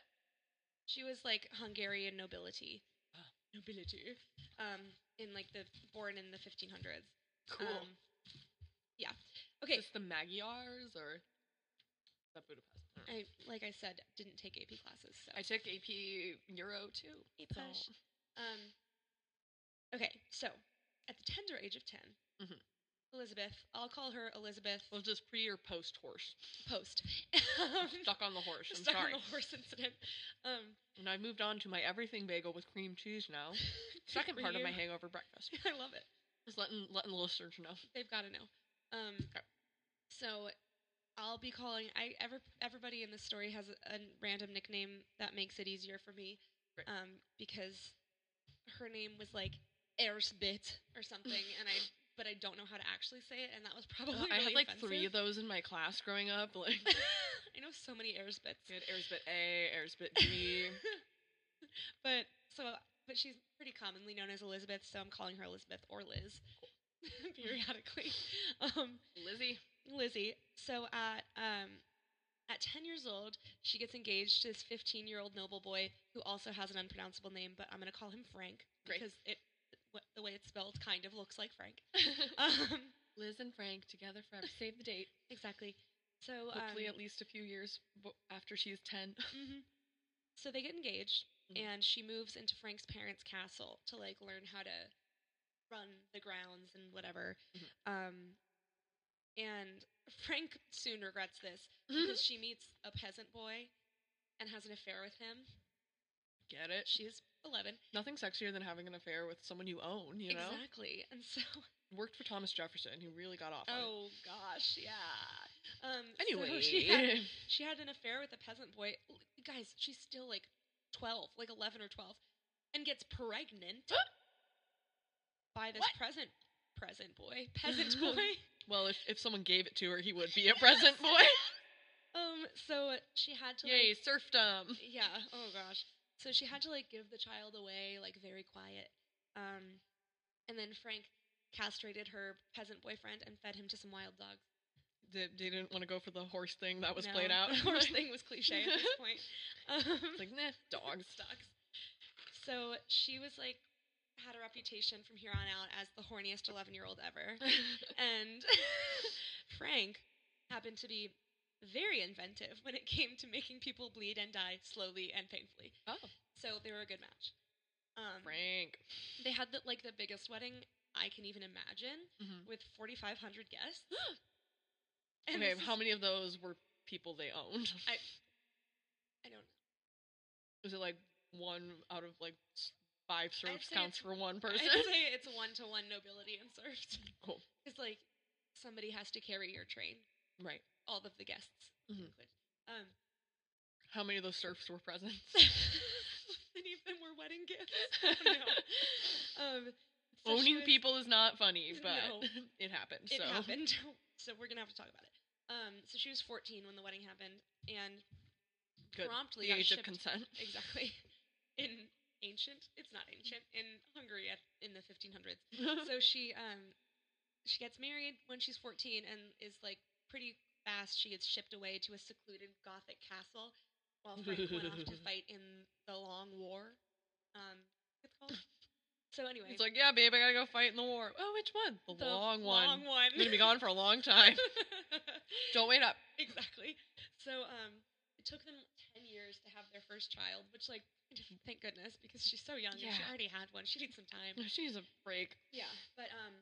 she was like Hungarian nobility.
Ah.
Nobility. Um, in like the born in the 1500s.
Cool.
Um, yeah. Okay.
Is this the Magyars or is that Budapest? I, don't know.
I like I said, didn't take AP classes. So
I took AP Euro too.
It's all-
so-
Um, okay, so at the tender age of 10,
Mhm.
Elizabeth, I'll call her Elizabeth
Well, just pre or post *laughs* horse.
Post. *laughs* Um,
Stuck on the horse. I'm
stuck on
sorry.
the horse incident. Um,
And I moved on to my everything bagel with cream cheese now. Second
for
part
*laughs*
of my *laughs*
you.
hangover breakfast.
*laughs* I love it.
Just letting letting the listeners know.
They've got to know. Um,
Okay.
So I'll be calling. I ever everybody in this story has a, a random nickname that makes it easier for me,
Right.
um, because her name was like Ersbit or something, and
*laughs*
I but I don't know how to actually say it, and that was probably
Uh, I had
really
*laughs* like
offensive.
three of those in my class growing up. *laughs* Like
I know so many Ersbits.
we had Airsbit A, Airsbit *laughs* B.
*laughs* but so but she's pretty commonly known as Elizabeth, so I'm calling her Elizabeth or Liz *laughs* periodically. Um,
Lizzie.
Lizzie. So at um, at ten years old, she gets engaged to this fifteen year old noble boy who also has an unpronounceable name, but I'm gonna call him Frank
Great.
because it wh- the way it's spelled kind of looks like
*laughs*
Frank. um,
Liz and Frank together forever. Save the date.
*laughs* exactly. So um,
*laughs* Hopefully, at least a few years bo- after she's 10.
hmm So they get engaged,
Mhm.
and she moves into Frank's parents' castle to like learn how to run the grounds and whatever.
Mhm.
Um, and Frank soon regrets
*laughs*
this because she meets a peasant boy and has an affair with him.
*laughs* Get it?
She's eleven,
Nothing sexier than having an affair with someone you own, you know?
exactly, and so
Worked for Thomas Jefferson, who really got off on it.
oh gosh, yeah. Um, so *laughs*
Anyway. *laughs*
she had, she had an affair with a peasant boy. L- Guys, she's still like twelve, like eleven or twelve, and gets
*gasps*
pregnant by this
What?
present present boy, peasant
*laughs*
boy.
well, if, if someone gave it to her, he would be a present boy.
um, so she had to.
Yay,
Like,
serfdom.
yeah. Oh gosh. So she had to like give the child away, like very quiet. Um, and then Frank castrated her peasant boyfriend and fed him to some wild dogs.
They, they didn't want to go for the horse thing that was
No, *laughs*
played out. *laughs*
The horse thing was cliche at this point. Um,
It's like, nah, dogs.
Dogs. So she was like, had a reputation from here on out as the horniest 11 year old
*laughs*
ever. and *laughs* Frank happened to be very inventive when it came to making people bleed and die slowly and painfully.
oh,
So they were a good match. Um,
Frank.
They had the, like the biggest wedding I can even imagine
Mm-hmm.
with 4,500
*gasps*
guests. And
Okay,
this is-
how many of those were people they owned?
I- I don't
*laughs* was it like one out of like s- five serfs
say
counts
it's-
for one
I'd
person?
say it's one to one nobility and serfs.
Cool.
Because like somebody has to carry your train,
*laughs* Right.
all of the guests.
Mhm.
included. Um, *laughs*
How many of those serfs were present?
many of them were wedding gifts. I don't
*laughs*
know. um, so she
Owning
was-
people is not funny, but *laughs*
No.
it happened.
It
so
happened. *laughs* So we're gonna have to talk about it. Um, so she was 14 when the wedding happened, and
*laughs* Good.
promptly got
the age of
shipped-
consent.
exactly *laughs* in ancient. It's not ancient in Hungary at, in the
*laughs*
1500s.
Uh-huh.
so she um she gets married when she's 14 and is like pretty fast she gets shipped away to a secluded gothic castle
*laughs* *laughs*
while Frank went off to fight in the long war um what's it called So anyway,
*laughs* It's like, yeah, babe, I gotta go fight in the war. Oh, which one? The,
the
long, one.
Long one.
I'm gonna
*laughs*
be gone for a long time. Don't wait up. *laughs*
exactly. So um, it took them ten years to have their first child, which like *laughs* thank goodness because she's so young. and she
Yeah.
already had one. She needs some time.
*laughs* She's a break.
Yeah, but um,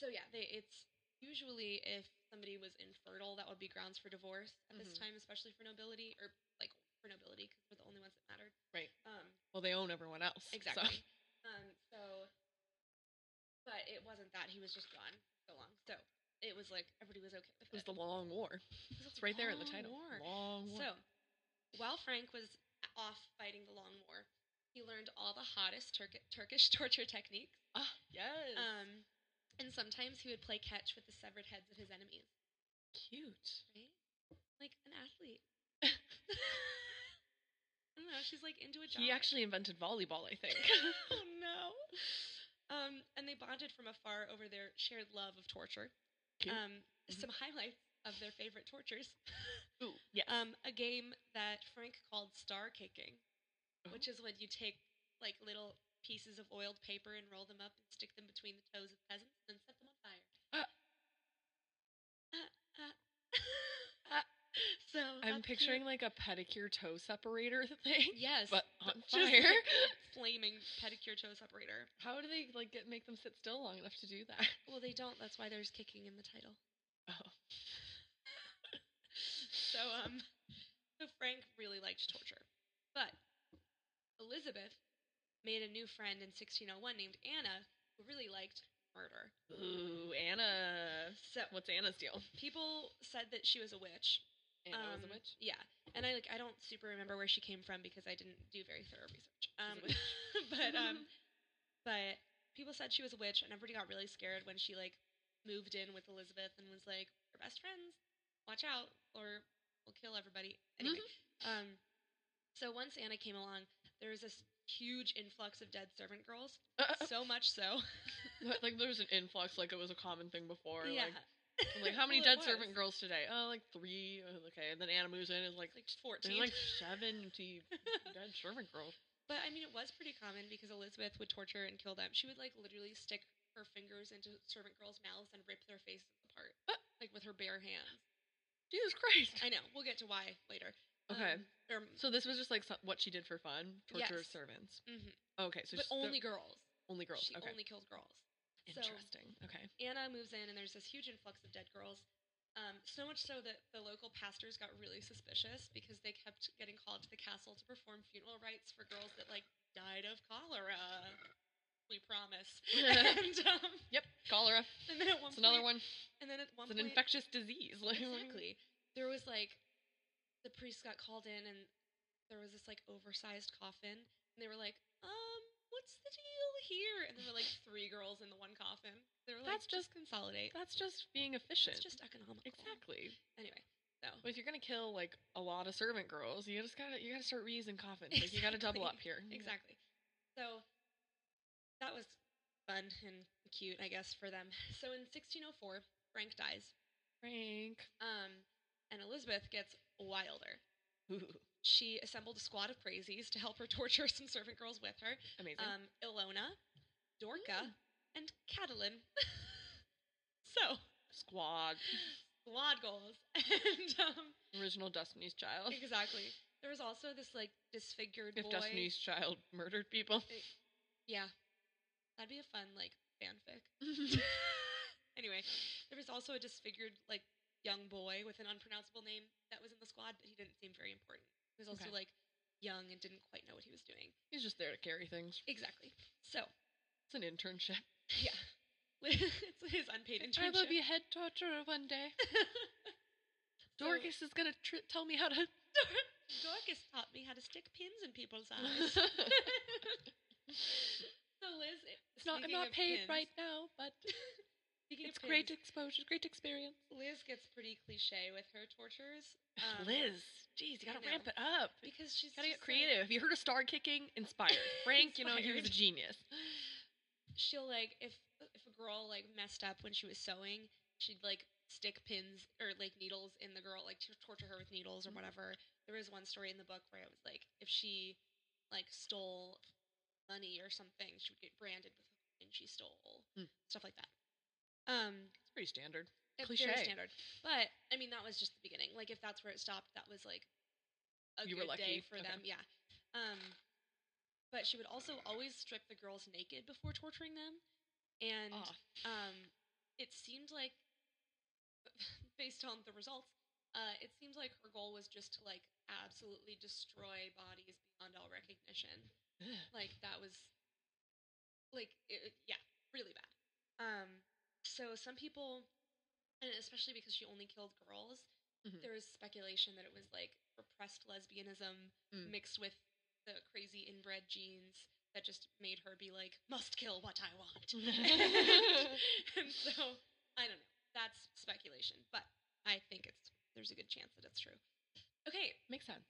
so yeah, they it's usually if somebody was infertile, that would be grounds for divorce at this
Mhm.
time, especially for nobility or like for nobility because we're the only ones that mattered.
Right.
Um.
Well, they own everyone else. so-
Exactly. Um. So, but it wasn't that he was just gone so long. So it was like everybody was okay with
*laughs* It was
*laughs*
the long war. It's right there in the
Long
title.
War.
Long war.
So, while Frank was off fighting the Long War, he learned all the hottest Turk- Turkish *laughs* torture techniques.
ah, yes.
Um, and sometimes he would play catch with the severed heads of his enemies.
Cute.
Right? Like an *laughs* athlete. I don't know. She's like into a job.
He
*laughs*
actually invented volleyball, I think. *laughs*
oh no. Um, and they bonded from afar over their shared love of torture.
Cute.
Um,
Mhm.
some highlights of their favorite tortures.
Ooh, yeah.
Um, a game that Frank called star kicking,
Oh.
which is when you take like little pieces of oiled paper and roll them up and stick them between the toes of peasants and set them on fire.
Uh.
Uh, uh. *laughs* so
I'm
that's cute.
picturing like a pedicure toe separator *laughs* thing,
yes,
but on *laughs*
just
fire.
like flaming pedicure toe separator.
How do they like get make them sit still long enough to do that?
Well, they don't. That's why there's kicking in the title.
Oh.
So, um, so Frank really liked torture, but Elizabeth made a new friend in 1601 named Anna, who really liked murder.
Ooh, Anna.
So
What's Anna's deal?
people said that she was a witch.
Anna was
Um,
a *laughs* witch.
Yeah, and I like I don't super remember where she came from because I didn't do very thorough research. Um,
a witch.
*laughs* but
*laughs*
um, but people said she was a witch, and everybody got really scared when she like moved in with Elizabeth and was like, "We're best friends. Watch out, or we'll kill everybody." Anyway,
Mm-hmm.
um, so once Anna came along, there was this huge influx of dead servant
*laughs*
girls. so much so,
But, like there was an influx, like it was a common thing before.
*laughs* yeah,
Like, I'm *laughs* like how many
Well, it
dead servant
was.
girls today? Oh, like three. Oh, Okay, and then Anna moves in and is like,
It's like
there's
fourteen.
like *laughs* seventy dead servant girls.
But I mean, it was pretty common because Elizabeth would torture and kill them. She would like literally stick her fingers into servant girls' mouths and rip their faces apart, like with her bare hands.
Jesus Christ.
I know. We'll get to why later.
Okay.
Um, or,
So this was just like so- what she did for fun, torture
Yes.
of servants.
mhm.
Okay, so
but
she's the-
only girls.
only girls.
She
okay,
only killed girls. So-
interesting. Okay,
Anna moves in, and there's this huge influx of dead girls. Um, so much so that the local pastors got really suspicious because they kept getting called to the castle to perform funeral rites for girls that like died of cholera. We promise.
*laughs*
*laughs* and, um,
yep, cholera.
and then at one
It's another
point-
one.
And then at one
It's an
point,
infectious disease. Like,
exactly, there was like the priest got called in, and there was this like oversized coffin, and they were like, "Um, what's the deal here?" And there were like three girls in the one coffin. They were like,
That's
just consolidate.
That's just being efficient.
It's just economical."
exactly.
Anyway, so
But if you're gonna kill like a lot of servant girls, you just gotta you gotta start reusing coffins. Like you gotta double up
Exactly.
here.
*laughs* exactly. So that was fun and cute, I guess, for them. *laughs* So in 1604, Frank dies,
Frank.
um, and Elizabeth gets wilder.
Ooh,
she assembled a squad of crazies to help her *laughs* torture some servant girls with her
*laughs* amazing. Mm.
um, Ilona, Dorka, and Catalin. *laughs* so,
Squad.
squad goals. *laughs* and um,
Original Destiny's Child.
exactly. There was also this like disfigured
Oh.
boy.
If Destiny's Child murdered
*laughs*
people.
Yeah. That'd be a fun like
*laughs*
fanfic. anyway, there was also a disfigured like young boy with an unpronounceable name that was in the squad, but he didn't seem very important. He was also
Okay.
like young and didn't quite know what he was doing.
He's just there to carry things.
Exactly. So,
It's an internship.
Yeah. *laughs* it's his unpaid
I will
internship.
be a head torturer one
*laughs*
day.
So-
Dorcas is gonna tr- tell me how to.
Dorcas taught me how to stick pins in *laughs* people's
*laughs*
eyes. so Liz, eh,
it's not, I'm
speaking of
not
pins-
paid right now, but
Speaking
it's
of
great
pins,
exposure, great experience.
Liz gets pretty cliche with her tortures. um,
Liz, jeez, you
I
gotta
know.
ramp it up. You
because she's
gotta
just
get creative. you heard of star kicking? Inspired.
*laughs*
Frank, you know, he was a
Inspired.
genius.
Like, she'll like if if a girl like messed up when she was sewing, she'd like stick pins or like needles in the girl, like to torture her with needles or whatever. There was one story in the book where it was like if she like stole money or something, she would get branded with and she stole
Mm.
stuff like that. Um,
It's pretty *laughs* standard.
it-
Cliche.
very standard. But I mean, that was just the beginning. Like, if that's where it stopped, that was like a
You were
good
lucky.
day for
Okay.
them. Yeah. Um, but she would also always strip the girls naked before torturing them, and
Aw.
um, it seemed like, *laughs* based on the results, uh, it seemed like her goal was just to like absolutely destroy bodies beyond all recognition.
Ugh.
Like that was, like it, it- yeah, really bad. Um, so some people, and especially because she only killed girls,
Mhm.
there was speculation that it was like repressed lesbianism
Mm.
mixed with the crazy inbred genes that just made her be like, must kill what I
*laughs*
want. *laughs* and so I don't know. That's speculation, but I think it's there's a good chance that it's true. Okay,
Makes sense.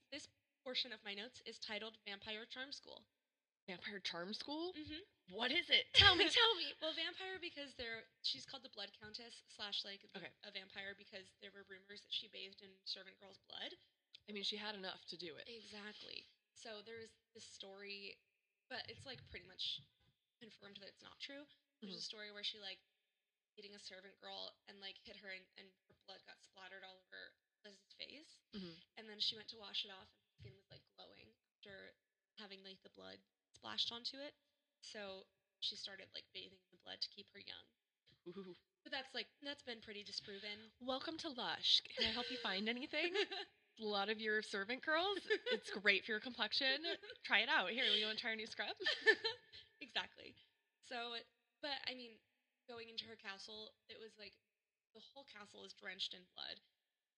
portion of my notes is titled Vampire Charm School.
Vampire charm school?
Mm-hmm.
What is it?
Tell
*laughs*
me, tell me. Well, vampire because they're she's called the Blood Countess slash like
Okay.
a vampire because there were rumors that she bathed in servant girl's blood.
I mean, she had enough to do it.
Exactly. So there's this story, but it's like pretty much confirmed that it's not true. There's a story where she like eating a servant girl and like hit her and, and her blood got splattered all over Liz's face.
Mhm.
And then she went to wash it off and her skin was like glowing after having like the blood splashed onto it. So she started like bathing in the blood to keep her young.
Ooh.
But that's like that's been pretty disproven.
Welcome to Lush. Can I help you find anything? A lot of your servant girls. It's great for your complexion. Try it out. Here, you want to try our new scrub?
exactly. So, it- but I mean, going into her castle, it was like the whole castle is drenched in blood.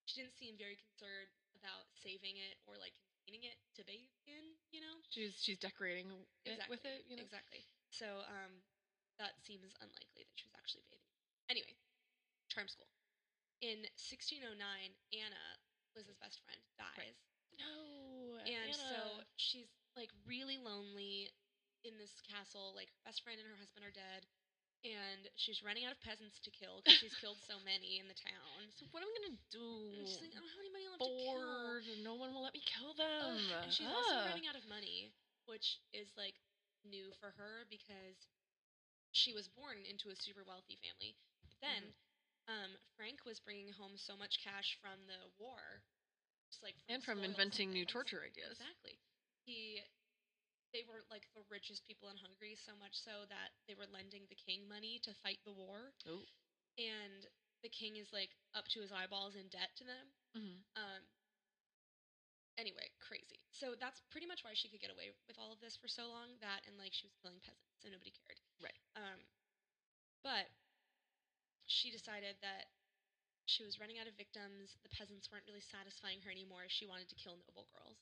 She didn't seem very concerned about saving it or like containing it to bathe in, you know?
She's she's decorating it with it. You know?
Exactly. So, um, that seems unlikely that she was actually bathing. Anyway, charm school. In 1609, Anna, Liz's best friend, dies
No.
and uh, so
Anna.
she's like really lonely in this castle. Like her best friend and her husband are dead, and she's running out of peasants to kill because she's killed *laughs* so many in the town.
so what am I gonna do?
And she's like, I don't have anybody left
Bored. and No one will let me
to kill.
kill them.
Ugh, and she's also
Ah.
running out of money, which is like new for her because she was born into a super wealthy family. But then,
Mm-hmm.
um, Frank was bringing home so much cash from the war, just like
and from
spoils
inventing new
things.
torture ideas.
Exactly. He they were like the richest people in Hungary, so much so that they were lending the king money to fight the war.
Oh.
And the king is like up to his eyeballs in debt to them.
Mhm.
Um anyway, crazy. So that's pretty much why she could get away with all of this for so long, that and like she was killing peasants, so nobody cared.
Right.
Um but she decided that she was running out of victims. The peasants weren't really satisfying her anymore. She wanted to kill noble girls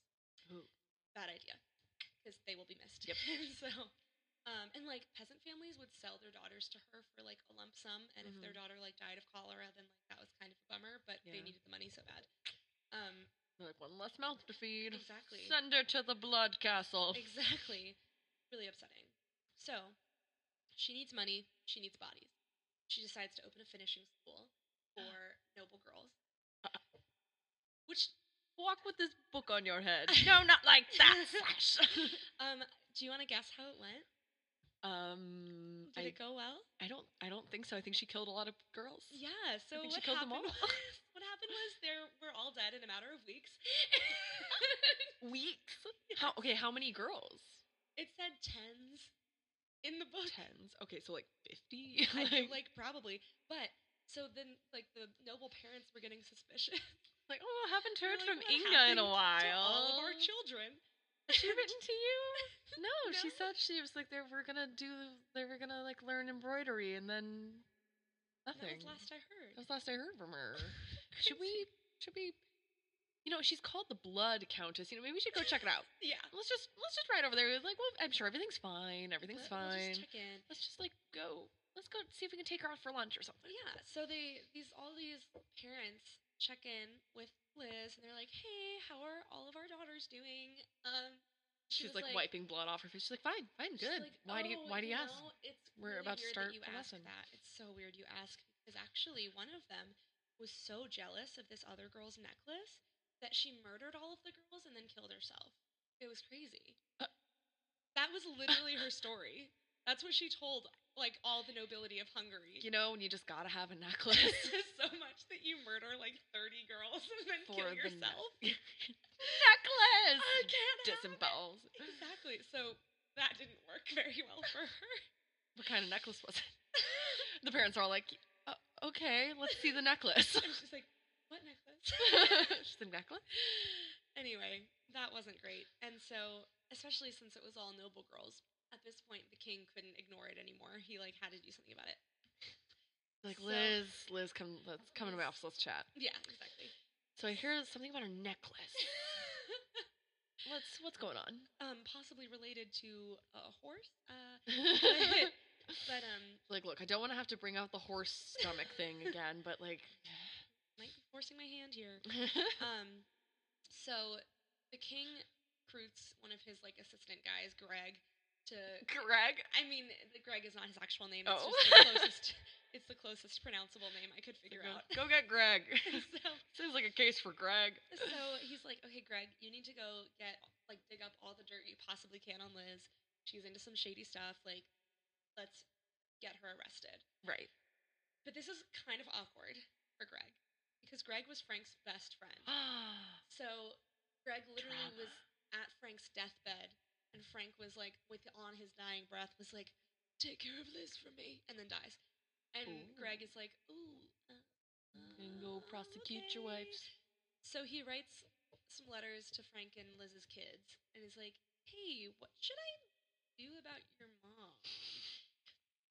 Ooh.
bad idea because they will be missed.
Yep.
*laughs* so, um, and like peasant families would sell their daughters to her for like a lump sum, and if their daughter like died of cholera, then like that was kind of a bummer. But
Mm-hmm. Yeah.
they needed the money so bad. Um,
Like one less mouth to feed.
exactly.
Send her to the blood castle. *laughs*
Exactly. Really upsetting. So, she needs money. She needs bodies. She decides to open a finishing school
*gasps*
for noble girls. Which
Walk with this book on your
*laughs*
head. no, not like that. Slash.
um, do you want to guess how it went?
Um,
Did
I,
it go well?
I don't, I don't think so. I think she killed a lot of girls.
Yeah, so
think
what
she killed them
happened?
all.
Was, *laughs* what happened was they were all dead in a matter of weeks. *laughs*
Weeks. How? Okay, how many girls?
it said tens in the
*laughs*
book.
Tens. Okay, so like fifty.
I think, like probably, but so then like the noble parents were getting suspicious. *laughs*
like, oh, haven't heard
Like,
from
what
Inga
happened
in
to
a while.
To all of our children.
Has
*laughs*
she written to you? No, she
No.
said she was like they were gonna do, they were gonna like learn embroidery and then
That
nothing.
was last I
That
heard.
was last I heard from
*laughs*
her. should we? Should we? You know, she's called the Blood Countess. You know, maybe we should go check it
*laughs*
out.
Yeah.
let's just let's just ride over there. Like, well, I'm sure everything's fine. Everything's
But we'll
fine.
just check in.
let's just like go. Let's go see if we can take her out for lunch or something.
Yeah, so they these all these parents check in with Liz and they're like, "Hey, how are all of our daughters doing?" Um she
She's
was
like, wiping blood off her face. She's like, fine, fine,
She's
good.
like,
why do you
"Oh,
why do you, ask?
know, it's really
We're about to
weird
start
that you
the
ask
lesson."
That. It's so weird you ask because actually one of them was so jealous of this other girl's necklace that she murdered all of the girls and then killed herself. It was crazy.
Uh.
That was literally her story. That's what she told like all the nobility of Hungary.
You know, and you just gotta have
*laughs*
a necklace.
so much that you murder like 30 girls and then
For
kill
the
yourself.
*laughs* *laughs* necklace!
I can't have it.
Disembowels.
Exactly. So that didn't work *laughs* very well for her.
What kind of necklace was it? *laughs* The parents are all like, uh, okay, let's see the *laughs* necklace.
And she's like, "What necklace?"
*laughs* She's like, necklace?
anyway, that wasn't great. And so, especially since it was all noble girls, at this point the king couldn't ignore it anymore. He like had to do something about it.
Like,
So-
Liz, Liz, come, let's come to my office, let's chat.
Yeah, exactly.
So I hear something about her necklace. Let's, what's going on? *laughs*
um, possibly related to a horse. Uh, *laughs*
like,
but um,
look, I don't want to have to bring out the horse stomach thing again, but like, *laughs*
might be forcing my hand here. Um, so the king recruits one of his like assistant guys, Greg, to
Greg,
I mean, the Greg is not his actual name. It's
Oh.
just the closest.
*laughs*
It's the closest pronounceable name I could figure
go, *laughs*
out. *laughs*
go get Greg. *laughs*
so,
Seems like a case for Greg.
so he's like, okay, Greg, you need to go get like dig up all the dirt you possibly can on Liz. She's into some shady stuff. Like, let's get her arrested.
*gasps* Right.
But this is kind of awkward for Greg because Greg was Frank's best friend. So Greg literally was at Frank's deathbed, and Frank was like, with on his dying breath, was like, "Take care of Liz for me," and then dies. And
Ooh.
Greg is like, "Ooh, uh,
and go
uh,
prosecute your
okay."
wives.
So he writes some letters to Frank and Liz's kids, and is like, "Hey, what should I do about your mom?"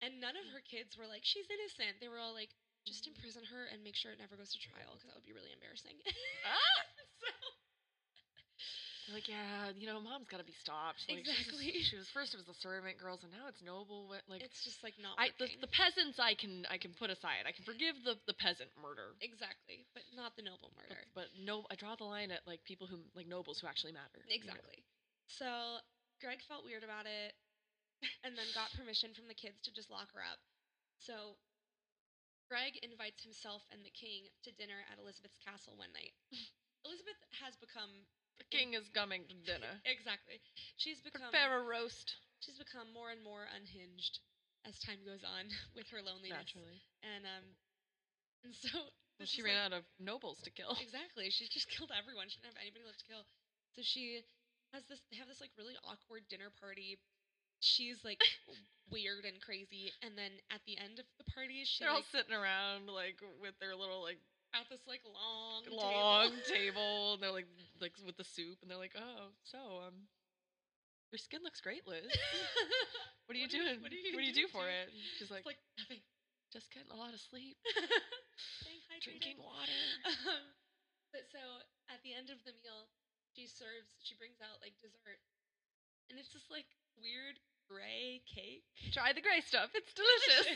And none of her kids were like, "She's innocent." They were all like, "Just imprison her and make sure it never goes to trial, because that would be really embarrassing." *laughs*
Ah!
so.
They're Like yeah, you know, mom's got to be stopped. Like, she's just-
Exactly.
she was first it was the servant girls, and now it's noble. wo- Like
it's just like not
I, the,
working.
the peasants, I can I can put aside. I can forgive the the peasant murder,
exactly, but not the noble
but,
murder.
but no, I draw the line at like people who like nobles who actually matter. you know?
Exactly. So Greg felt weird about it, and then got permission from the kids to just lock her up. So Greg invites himself and the king to dinner at Elizabeth's castle one night. *laughs* Elizabeth has become
The king is coming to
*laughs*
dinner.
exactly. She's become
Prepare a roast.
she's become more and more unhinged as time goes on *laughs* with her loneliness,
Naturally,
and um, and so
Well,
this
she
is,
ran
like,
out of nobles to kill.
Exactly. She just *laughs* killed everyone. She didn't have anybody left to kill. So she has this they have this like really awkward dinner party. She's
*laughs*
like weird and crazy. And then at the end of the party, she
*laughs* They're all
like,
sitting around like with their little like
at this like long
long
table. *laughs*
table, and they're like like with the soup, and they're like, oh, so um, your skin looks great, Liz.
What
What are you
do you-
doing?
what do you do
do, for
to-
it? *laughs* She's like,
It's like nothing.
just getting a lot of *laughs* sleep,
Staying hydrated.
drinking water.
*laughs* Um, but so at the end of the meal, she serves, she brings out like dessert. And it's just like weird gray cake.
Try the gray stuff; it's delicious. *laughs*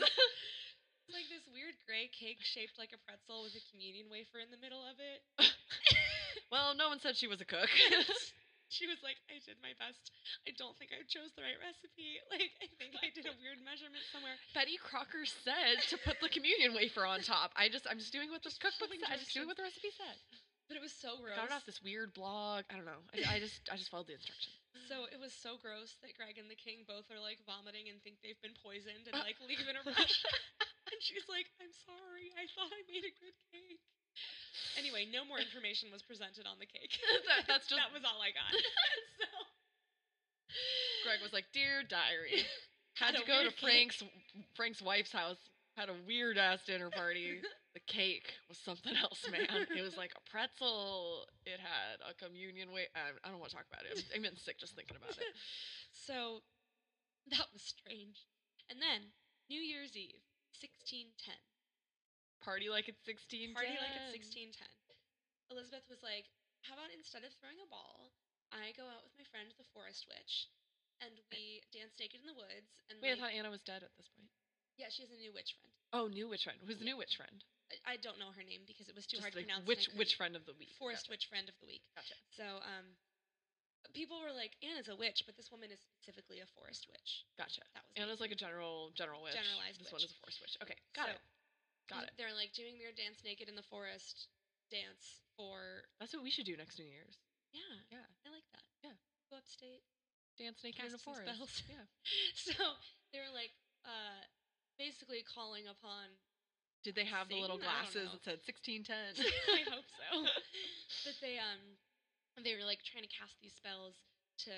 It's *laughs* like this weird gray cake shaped like a pretzel with a communion wafer in the middle of
*laughs*
it.
well, no one said she was a *laughs* cook.
she was like, I did my best. I don't think I chose the right recipe. *laughs* Like, I think I did a weird measurement somewhere.
Betty Crocker said to put the communion wafer on top. I just, I'm just doing what the cookbook
following
said. I'm just
directions.
doing what the recipe said.
But it was so gross.
Got it off this weird blog. I don't know. I, I just, I just followed the instructions.
So it was so gross that Greg and the king both are like vomiting and think they've been poisoned and like leave in a
*laughs*
rush. and she's like, I'm sorry. I thought I made a good cake. Anyway, no more information was presented on the cake.
*laughs* That- that's just-
*laughs* that was all I
*laughs*
got. so.
Greg was like, "Dear diary,
Had
had to
a
go to
weird cake.
Frank's Frank's wife's house. Had a weird ass
*laughs*
dinner party. the cake was something else, man. It was like a pretzel. It had a communion way. I, I don't want to talk about it. I'm, I'm getting sick just thinking about it.
*laughs* so that was strange. And then New Year's Eve, 1610.
Party like it's 16.
Party like at 1610. Elizabeth was like, How about instead of throwing a ball, I go out with my friend the forest witch and we dance naked in the woods and
Wait, I
like-
thought Anna was dead at this point.
Yeah, she has a new witch friend.
Oh, new witch friend. Who's the new witch friend?
I, I don't know her name because it was too
Just
hard to
like
pronounce. and I
which
couldn't-
which friend of the week?
forest witch friend of the week.
Gotcha.
So um people were like, Anna's a witch, but this woman is specifically a forest witch.
Gotcha.
That was me.
Anna's like a general general witch.
Generalized
This
witch.
one is a forest witch. Okay, got
So-
it. Got it.
They're like doing their dance naked in the forest dance for
That's what we should do next New Year's.
yeah.
Yeah.
I like that.
Yeah.
Go upstate.
dance naked in a
Casting
forest.
spells.
Yeah.
*laughs* so they were like uh, basically calling upon
Did they have the
Sing?
little
I don't
glasses
know.
that said sixteen ten?
*laughs* I hope so. But they um they were like trying to cast these spells to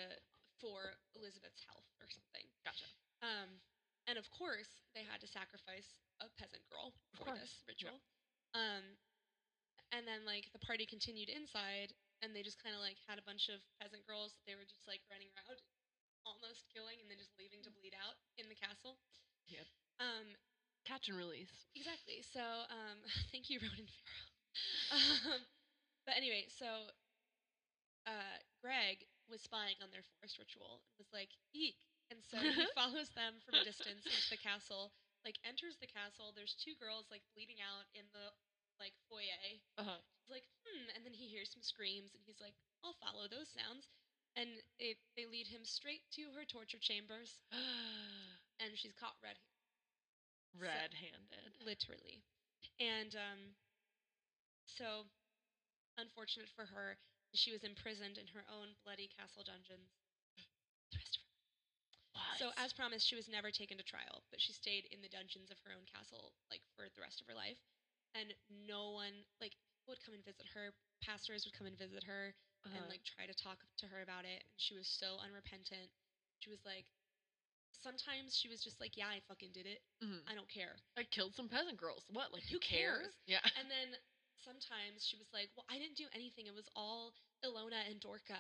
for Elizabeth's health or something.
Gotcha.
Um and of course they had to sacrifice a peasant girl
Of
for
course,
this
yeah.
ritual. Um and then like the party continued inside and they just kind of like had a bunch of peasant girls that they were just like running around almost killing and then just leaving to bleed out in the castle.
Yep.
Um
Catch and release.
Exactly. So, um, *laughs* thank you, Ronan Farrow. *laughs* um, but anyway, so uh, Greg was spying on their forest ritual and was like, eek. And so he follows them from a distance into the castle, like enters the castle. There's two girls like bleeding out in the like foyer.
*gasps* Uh-huh.
He's like, hmm. And then he hears some screams and he's like, I'll follow those sounds. And it, they lead him straight to her torture chambers and she's caught red
Red-handed.
literally. And um, so, unfortunate for her, she was imprisoned in her own bloody castle dungeons. The rest of her- So, as promised, she was never taken to trial, but she stayed in the dungeons of her own castle, like for the rest of her life. And no one, like, people would come and visit her. Pastors would come and visit her
Uh-huh.
and like try to talk to her about it. And she was so unrepentant. She was like, sometimes she was just like, "Yeah, I fucking did it.
Mhm.
I don't care."
I killed some peasant girls. What? Like
Who
who cares?
cares?
Yeah.
And then sometimes she was like, "Well, I didn't do anything. It was all Ilona and Dorca."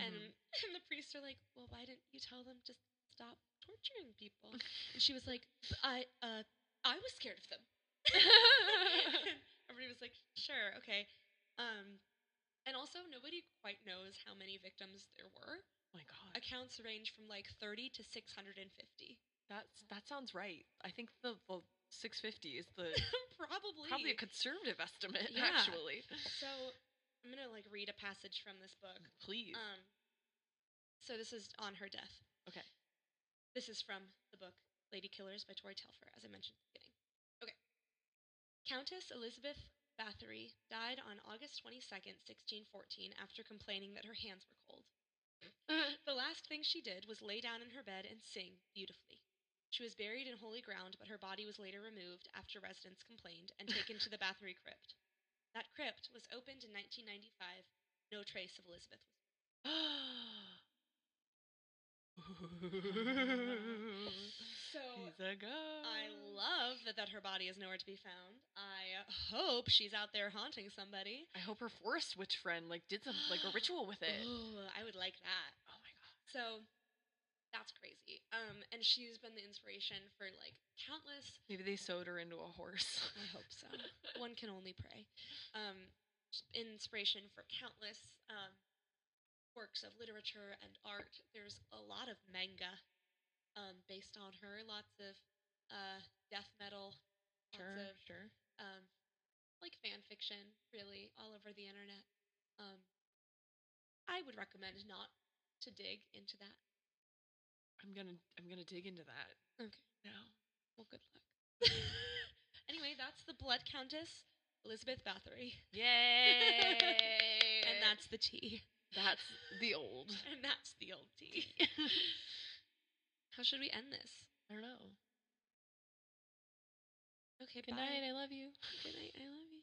And
Mhm.
*laughs* and the priests are like, "Well, why didn't you tell them just stop torturing people?" And she was like, "I uh I was scared of them." *laughs* And Everybody was like, "Sure, okay." Um and also nobody quite knows how many victims there were.
oh my god.
Accounts range from like 30 to 650.
That's that sounds right. I think the the 650 is the
*laughs* Probably
probably a conservative estimate
Yeah. Uh,
actually.
So I'm going to like read a passage from this book.
Please. *gasps*
Um, so this is on her death.
Okay.
This is from the book Lady Killers by Tori Telfer, as I mentioned at the beginning. Okay. Countess Elizabeth Bathory died on August 22nd, 1614, after complaining that her hands were cold. the last thing she did was lay down in her bed and sing beautifully. She was buried in holy ground, but her body was later removed after residents complained and taken to the Bathory crypt. That crypt was opened in 1995. No trace of Elizabeth was So
He's a god.
I love that, that her body is nowhere to be found. I hope she's out there haunting somebody.
I hope her forest witch friend like did some like a ritual
*gasps*
with it.
Ooh, I would like that.
Oh my god.
So that's crazy. Um, and she's been the inspiration for like countless.
Maybe they sewed her into a horse.
I hope so. *laughs* One can only pray. Um, inspiration for countless um, works of literature and art. There's a lot of manga um, based on her. Lots of uh, death metal.
Sure,
Lots of
sure.
um, like fan fiction, really, all over the internet. Um, I would recommend not to dig into that.
I'm gonna I'm gonna dig into that
Okay.
now.
Well, good luck. *laughs* anyway, that's the Blood Countess, Elizabeth Bathory.
Yay!
*laughs* And that's the
*laughs*
tea.
that's the old.
And that's the old tea.
*laughs*
How should we end this?
I don't know.
Okay,
Good
bye.
night. I love you.
Good night. I love you.